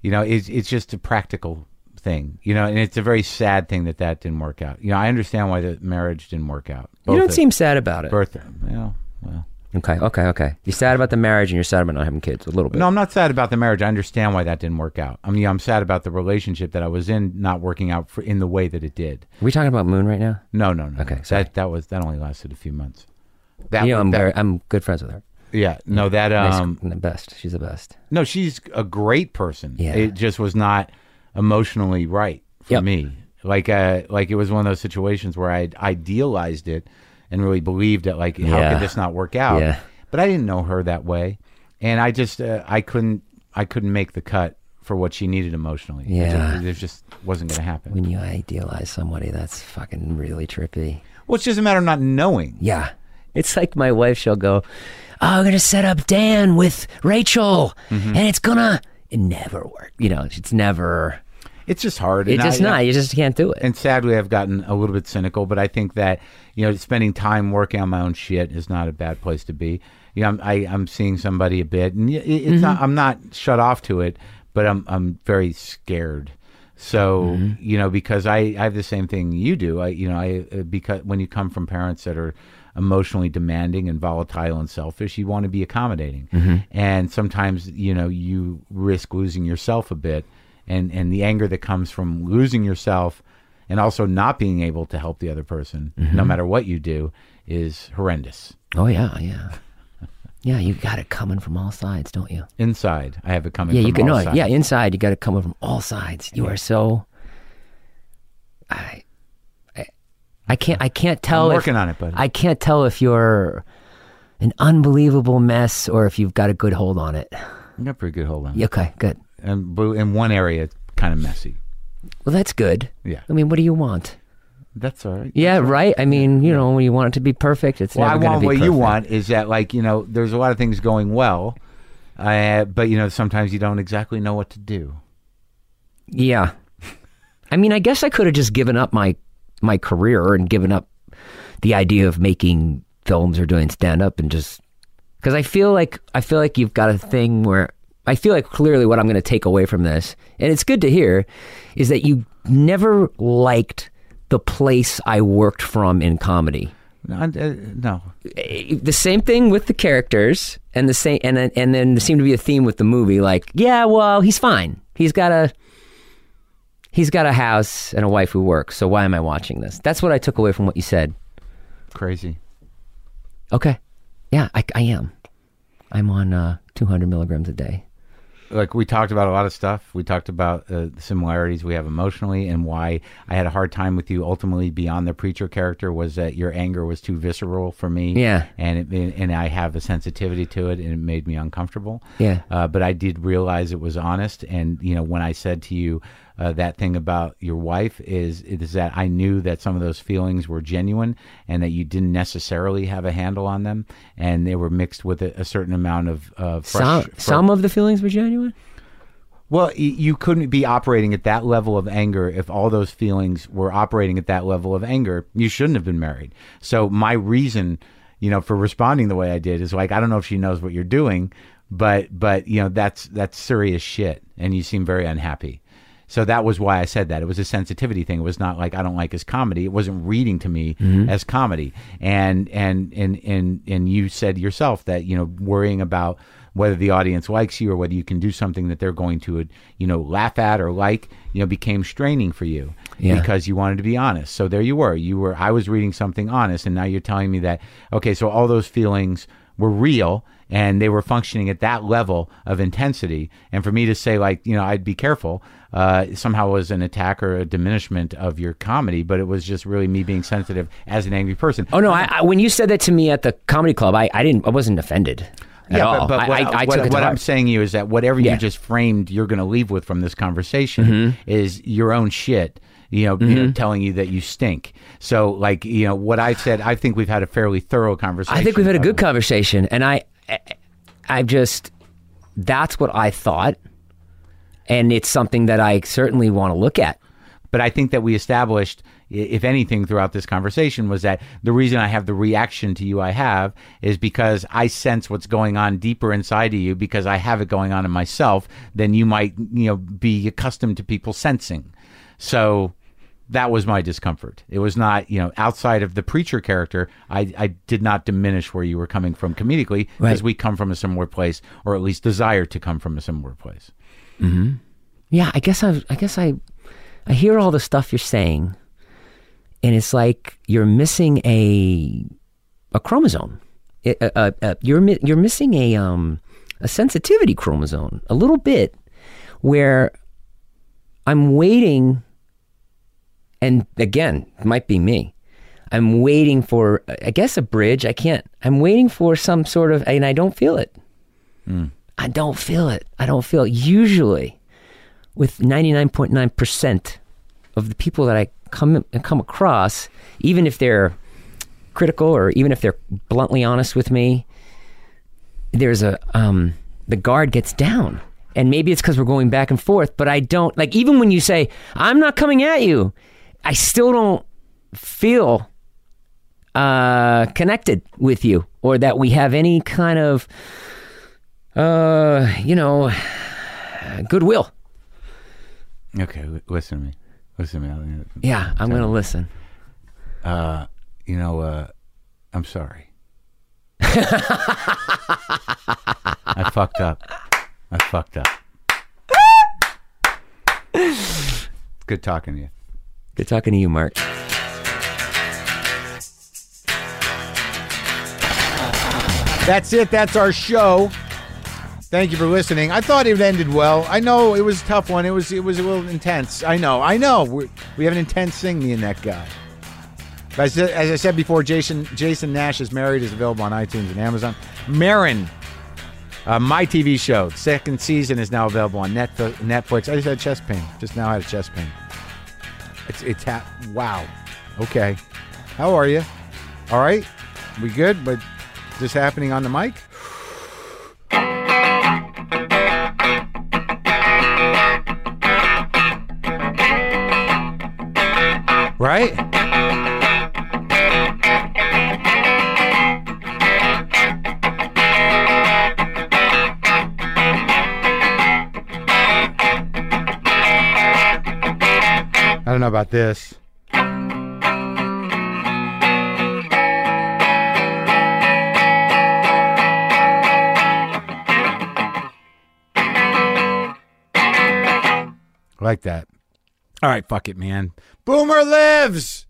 You know, it's, it's just a practical thing, you know, and it's a very sad thing that that didn't work out. You know, I understand why the marriage didn't work out. You don't of- seem sad about it. Birth, well, well. Okay, okay, okay. You're sad about the marriage and you're sad about not having kids a little bit. No, I'm not sad about the marriage. I understand why that didn't work out. I mean, I'm sad about the relationship that I was in not working out for, in the way that it did. Are we talking about Moon right now? No, no, no. Okay, sorry. that that was that only lasted a few months. That, you know, I'm, that- very, I'm good friends with her. yeah, no, that Nice, um, the best. She's the best. No, she's a great person. Yeah. It just was not emotionally right for Yep. me. Like uh like it was one of those situations where I idealized it and really believed that like how Yeah. could this not work out? Yeah. But I didn't know her that way. And I just uh, I couldn't I couldn't make the cut for what she needed emotionally. It Yeah. just- It, just wasn't going to happen. When you idealize somebody, that's fucking really trippy. well, it's just a matter of not knowing. Yeah. It's like my wife, she'll go, Oh, I'm going to set up Dan with Rachel Mm-hmm. and it's going to. It never worked. You know, it's never. It's just hard. It's and I- just not. You just (laughs) can't do it. and sadly I've gotten a little bit cynical, but I think that you know spending time working on my own shit is not a bad place to be. You know, I'm, I, I'm seeing somebody a bit, and y- it- it's not. I'm not shut off to it, but I'm I'm very scared. So you know, because I, I have the same thing you do. I you know I uh, because when you come from parents that are emotionally demanding and volatile and selfish, you want to be accommodating, and sometimes you know you risk losing yourself a bit, and and the anger that comes from losing yourself and also not being able to help the other person, Mm-hmm. no matter what you do, is horrendous. oh, yeah, yeah. Yeah, you got it coming from all sides, don't you? Inside, I have it coming. Yeah, from you can. all No, sides. yeah, inside you got to come from all sides. You are so. I, I, I can't. I can't tell. I'm if- working on it, buddy. I can't tell if you're an unbelievable mess or if you've got a good hold on it. I got a pretty good hold on. it. Okay, good. And but in one area, it's kind of messy. Well, that's good. Yeah. I mean, what do you want? That's all right. Yeah, right. I mean, you know, when you want it to be perfect, it's Well, I never going to want be what perfect. you want is that like you know, there's a lot of things going well, uh, but you know, sometimes you don't exactly know what to do. Yeah. I mean, I guess I could have just given up my my career and given up the idea of making films or doing stand up and just cuz I feel like I feel like you've got a thing where I feel like clearly what I'm going to take away from this and it's good to hear is that you never liked the place I worked from in comedy. No, I- uh, no. Eh, The same thing with the characters and the same and then, and then there seemed to be a theme with the movie like, yeah, well, he's fine. He's got a he's got a house and a wife who works, so why am I watching this? That's what I took away from what you said. crazy. Okay. Yeah, I, I am. I'm on uh, 200 milligrams a day. like we talked about a lot of stuff. We talked about uh, the similarities we have emotionally and why I had a hard time with you ultimately beyond the preacher character was that your anger was too visceral for me. Yeah. And it, and I have a sensitivity to it and it made me uncomfortable. Yeah. Uh, but I did realize it was honest and you know when I said to you uh, that thing about your wife is is that I knew that some of those feelings were genuine and that you didn't necessarily have a handle on them and they were mixed with a, a certain amount of of some, some of the feelings were genuine? well, y- you couldn't be operating at that level of anger if all those feelings were operating at that level of anger. You shouldn't have been married. So my reason you know, for responding the way I did. Is like I don't know if she knows what you're doing, but but you know that's that's serious shit, and you seem very unhappy. So that was why I said that. It was a sensitivity thing. It was not like I don't like his comedy. It wasn't reading to me as comedy. And and and and and you said yourself that you know worrying about whether the audience likes you or whether you can do something that they're going to you know laugh at or like you know became straining for you Yeah. because you wanted to be honest. So there you were. You were I was reading something honest and now you're telling me that okay, so all those feelings were real and they were functioning at that level of intensity. And for me to say like, you know, I'd be careful, uh, somehow was an attack or a diminishment of your comedy, but it was just really me being sensitive as an angry person. Oh no! I, I, when you said that to me at the comedy club, I, I didn't. I wasn't offended at yeah, all. but, but I- what, I, I what- took it to what I'm heart. saying to you is that whatever Yeah. Mm-hmm. you just framed, you're going to leave with from this conversation is your own shit. You know, you know, telling you that you stink. So, like, you know, what I've said, I think we've had a fairly thorough conversation. I think we've had a good conversation, and I, I- I just, that's what I thought, and it's something that I certainly want to look at. But I think that we established, i- if anything, throughout this conversation was that the reason I have the reaction to you I have is because I sense what's going on deeper inside of you because I have it going on in myself than you might, you know, be accustomed to people sensing. So that was my discomfort. It was not, you know, outside of the preacher character, I, I did not diminish where you were coming from comedically because Right. we come from a similar place or at least desire to come from a similar place. Yeah, I guess I, I guess I, I hear all the stuff you're saying, and it's like you're missing a, a chromosome. It- a- a- a- you're mi- you're missing a um, a sensitivity chromosome, a little bit, where I'm waiting, and again, it might be me. I'm waiting for, I guess, a bridge. I can't. I'm waiting for some sort of, and I don't feel it. I don't feel it. I don't feel it. Usually, with 99.9% of the people that I come come across, even if they're critical or even if they're bluntly honest with me, there's a um, the guard gets down. And maybe it's because we're going back and forth, but I don't like even when you say I'm not coming at you, I still don't feel uh, connected with you or that we have any kind of uh, you know goodwill. Okay, li- listen to me. Listen to me. Yeah, I'm gonna listen. you know, uh, I'm sorry. I fucked up. I fucked up. Good talking to you. Good talking to you, Mark. That's it. That's our show. Thank you for listening. I thought it ended well. I know it was a tough one. It was it was a little intense. I know. I know. We're, we have an intense thing, me and that guy. But As, I- as I said before, Jason Jason Nash is married is available on iTunes and Amazon. Marin, uh, my TV show, second season is now available on Netf- Netflix. I just had chest pain. Just now I had a chest pain. It's it's ha- wow. Okay, how are you? All right, we good? But this happening on the mic? Right? I don't know about this. I like that. All right, fuck it, man. Boomer lives.